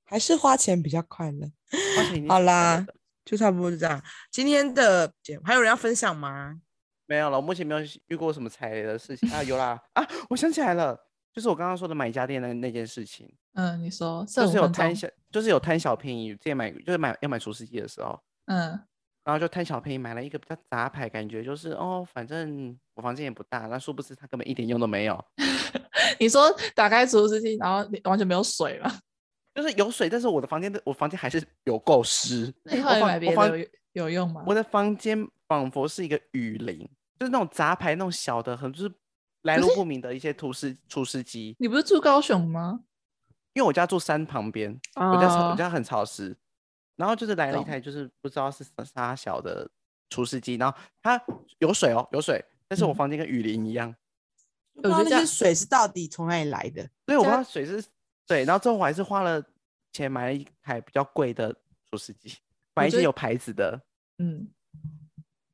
S1: 还是花钱比较快乐。
S2: 花钱已经
S1: 好
S2: 是快乐
S1: 啦
S2: 的，
S1: 就差不多是这样。今天的节目还有人要分享吗？
S2: 没有了，我目前没有遇过什么踩雷的事情啊。有啦，啊，我想起来了，就是我刚刚说的买家电那那件事情，
S3: 嗯，你说
S2: 就
S3: 剩五
S2: 是有
S3: 分
S2: 贪
S3: 钟，
S2: 小，就是有贪小便宜，之前买就是买要买除湿机的时候，
S3: 嗯
S2: 然后就贪小便宜买了一个比较杂牌，感觉就是哦，反正我房间也不大，那殊不知它根本一点用都没有，
S3: 你说打开除湿机，然后你完全没有水嘛？
S2: 就是有水，但是我的房间的我房间还是有够湿。
S3: 那你
S2: 我
S3: 后来
S2: 房
S3: 买
S2: 我
S3: 别
S2: 房
S3: 的有有用吗？
S2: 我的房间仿佛是一个雨林，就是那种杂牌那种小的，很就是来
S3: 可
S2: 路
S3: 是
S2: 不明的一些厨师厨师机。
S3: 你不是住高雄吗？
S2: 因为我家住山旁边，我家潮我
S3: 哦
S2: 家很潮湿，然后就是来了一
S3: 懂
S2: 台就是不知道是啥啥小的厨师机，然后它有水哦，有水，但是我
S3: 嗯
S2: 房间跟雨林一样，
S1: 不
S3: 我
S1: 知道
S3: 觉得这
S1: 那些
S3: 样
S1: 水是到底从哪里来的？
S2: 所以我不知
S1: 家
S2: 道水是对，然后最后我还是花了钱买了一台比较贵的厨师机，买一些
S3: 觉得
S2: 有牌子的。
S3: 嗯，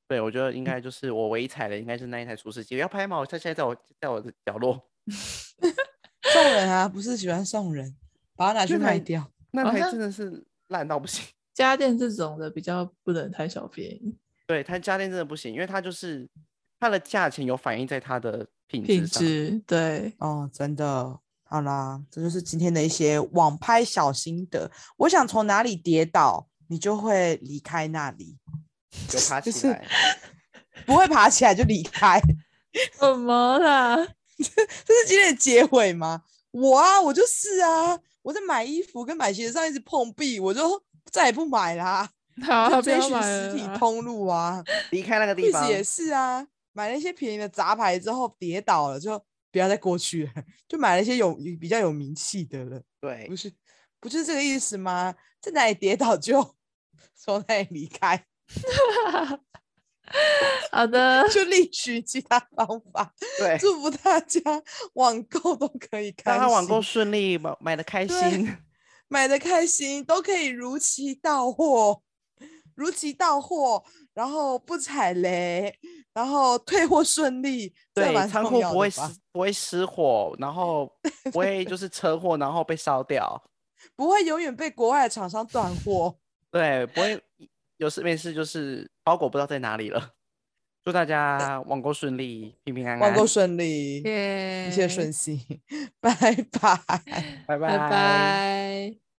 S2: 对，我觉得应该就是我唯一踩的，应该是那一台厨师机。要拍吗？我它现在在我在我的角落。
S1: 送人啊，不是喜欢送人，把它拿
S2: 就
S1: 去卖
S2: 买
S1: 掉。
S2: 那
S3: 哦
S2: 台
S3: 那
S2: 真的是烂到不行。
S3: 家电这种的比较不能贪小便宜，
S2: 对，它家电真的不行，因为它就是它的价钱有反映在它的品
S3: 品
S2: 质上。
S3: 质对。
S1: 哦，真的。好啦，这就是今天的一些网拍小心得。我想从哪里跌倒，你就会离开那里，
S2: 有爬
S1: 就
S2: 起
S1: 是
S2: 来，
S1: 不会爬起来就离开。
S3: 怎么啦？
S1: 这是今天的结尾吗？我啊，我就是啊，我在买衣服跟买鞋上一直碰壁，我就再也不买啦，
S3: 好
S1: 就
S3: 啊啦，不
S1: 追
S3: 要
S1: 寻
S3: 买
S1: 实
S3: 了
S1: 体
S3: 啦。
S1: 通路啊。
S2: 离开那个地
S1: 历史
S2: 方。
S1: 也是啊，买了一些便宜的杂牌之后跌倒了，就不要再过去了，就买了一些有比较有名气的了，
S2: 对
S1: 不，是不是这个意思吗？在哪里跌倒就 从哪里离开，
S3: 好的，
S1: 就另寻其他方法。
S2: 对，
S1: 祝福大家网购都可以开
S2: 让
S1: 心，
S2: 他网购顺利，买买的开
S1: 对
S2: 心。
S1: 买的开心，都可以如期到货，如期到货，然后不踩雷，然后退货顺利，这
S2: 对，
S1: 蛮
S2: 仓
S1: 重
S2: 库
S1: 要
S2: 不
S1: 的
S2: 会失
S1: 吧
S2: 不会失火，然 后不会就是车祸，然后被烧掉。
S1: 不会永远被国外的厂商断货。
S2: 对，不会有事没事就是包裹不知道在哪里了。祝大家网购顺利，平平安安，
S1: 网购顺利，
S3: 耶
S1: 一切顺心，拜拜。
S2: 拜
S3: 拜
S2: 拜。
S3: 拜。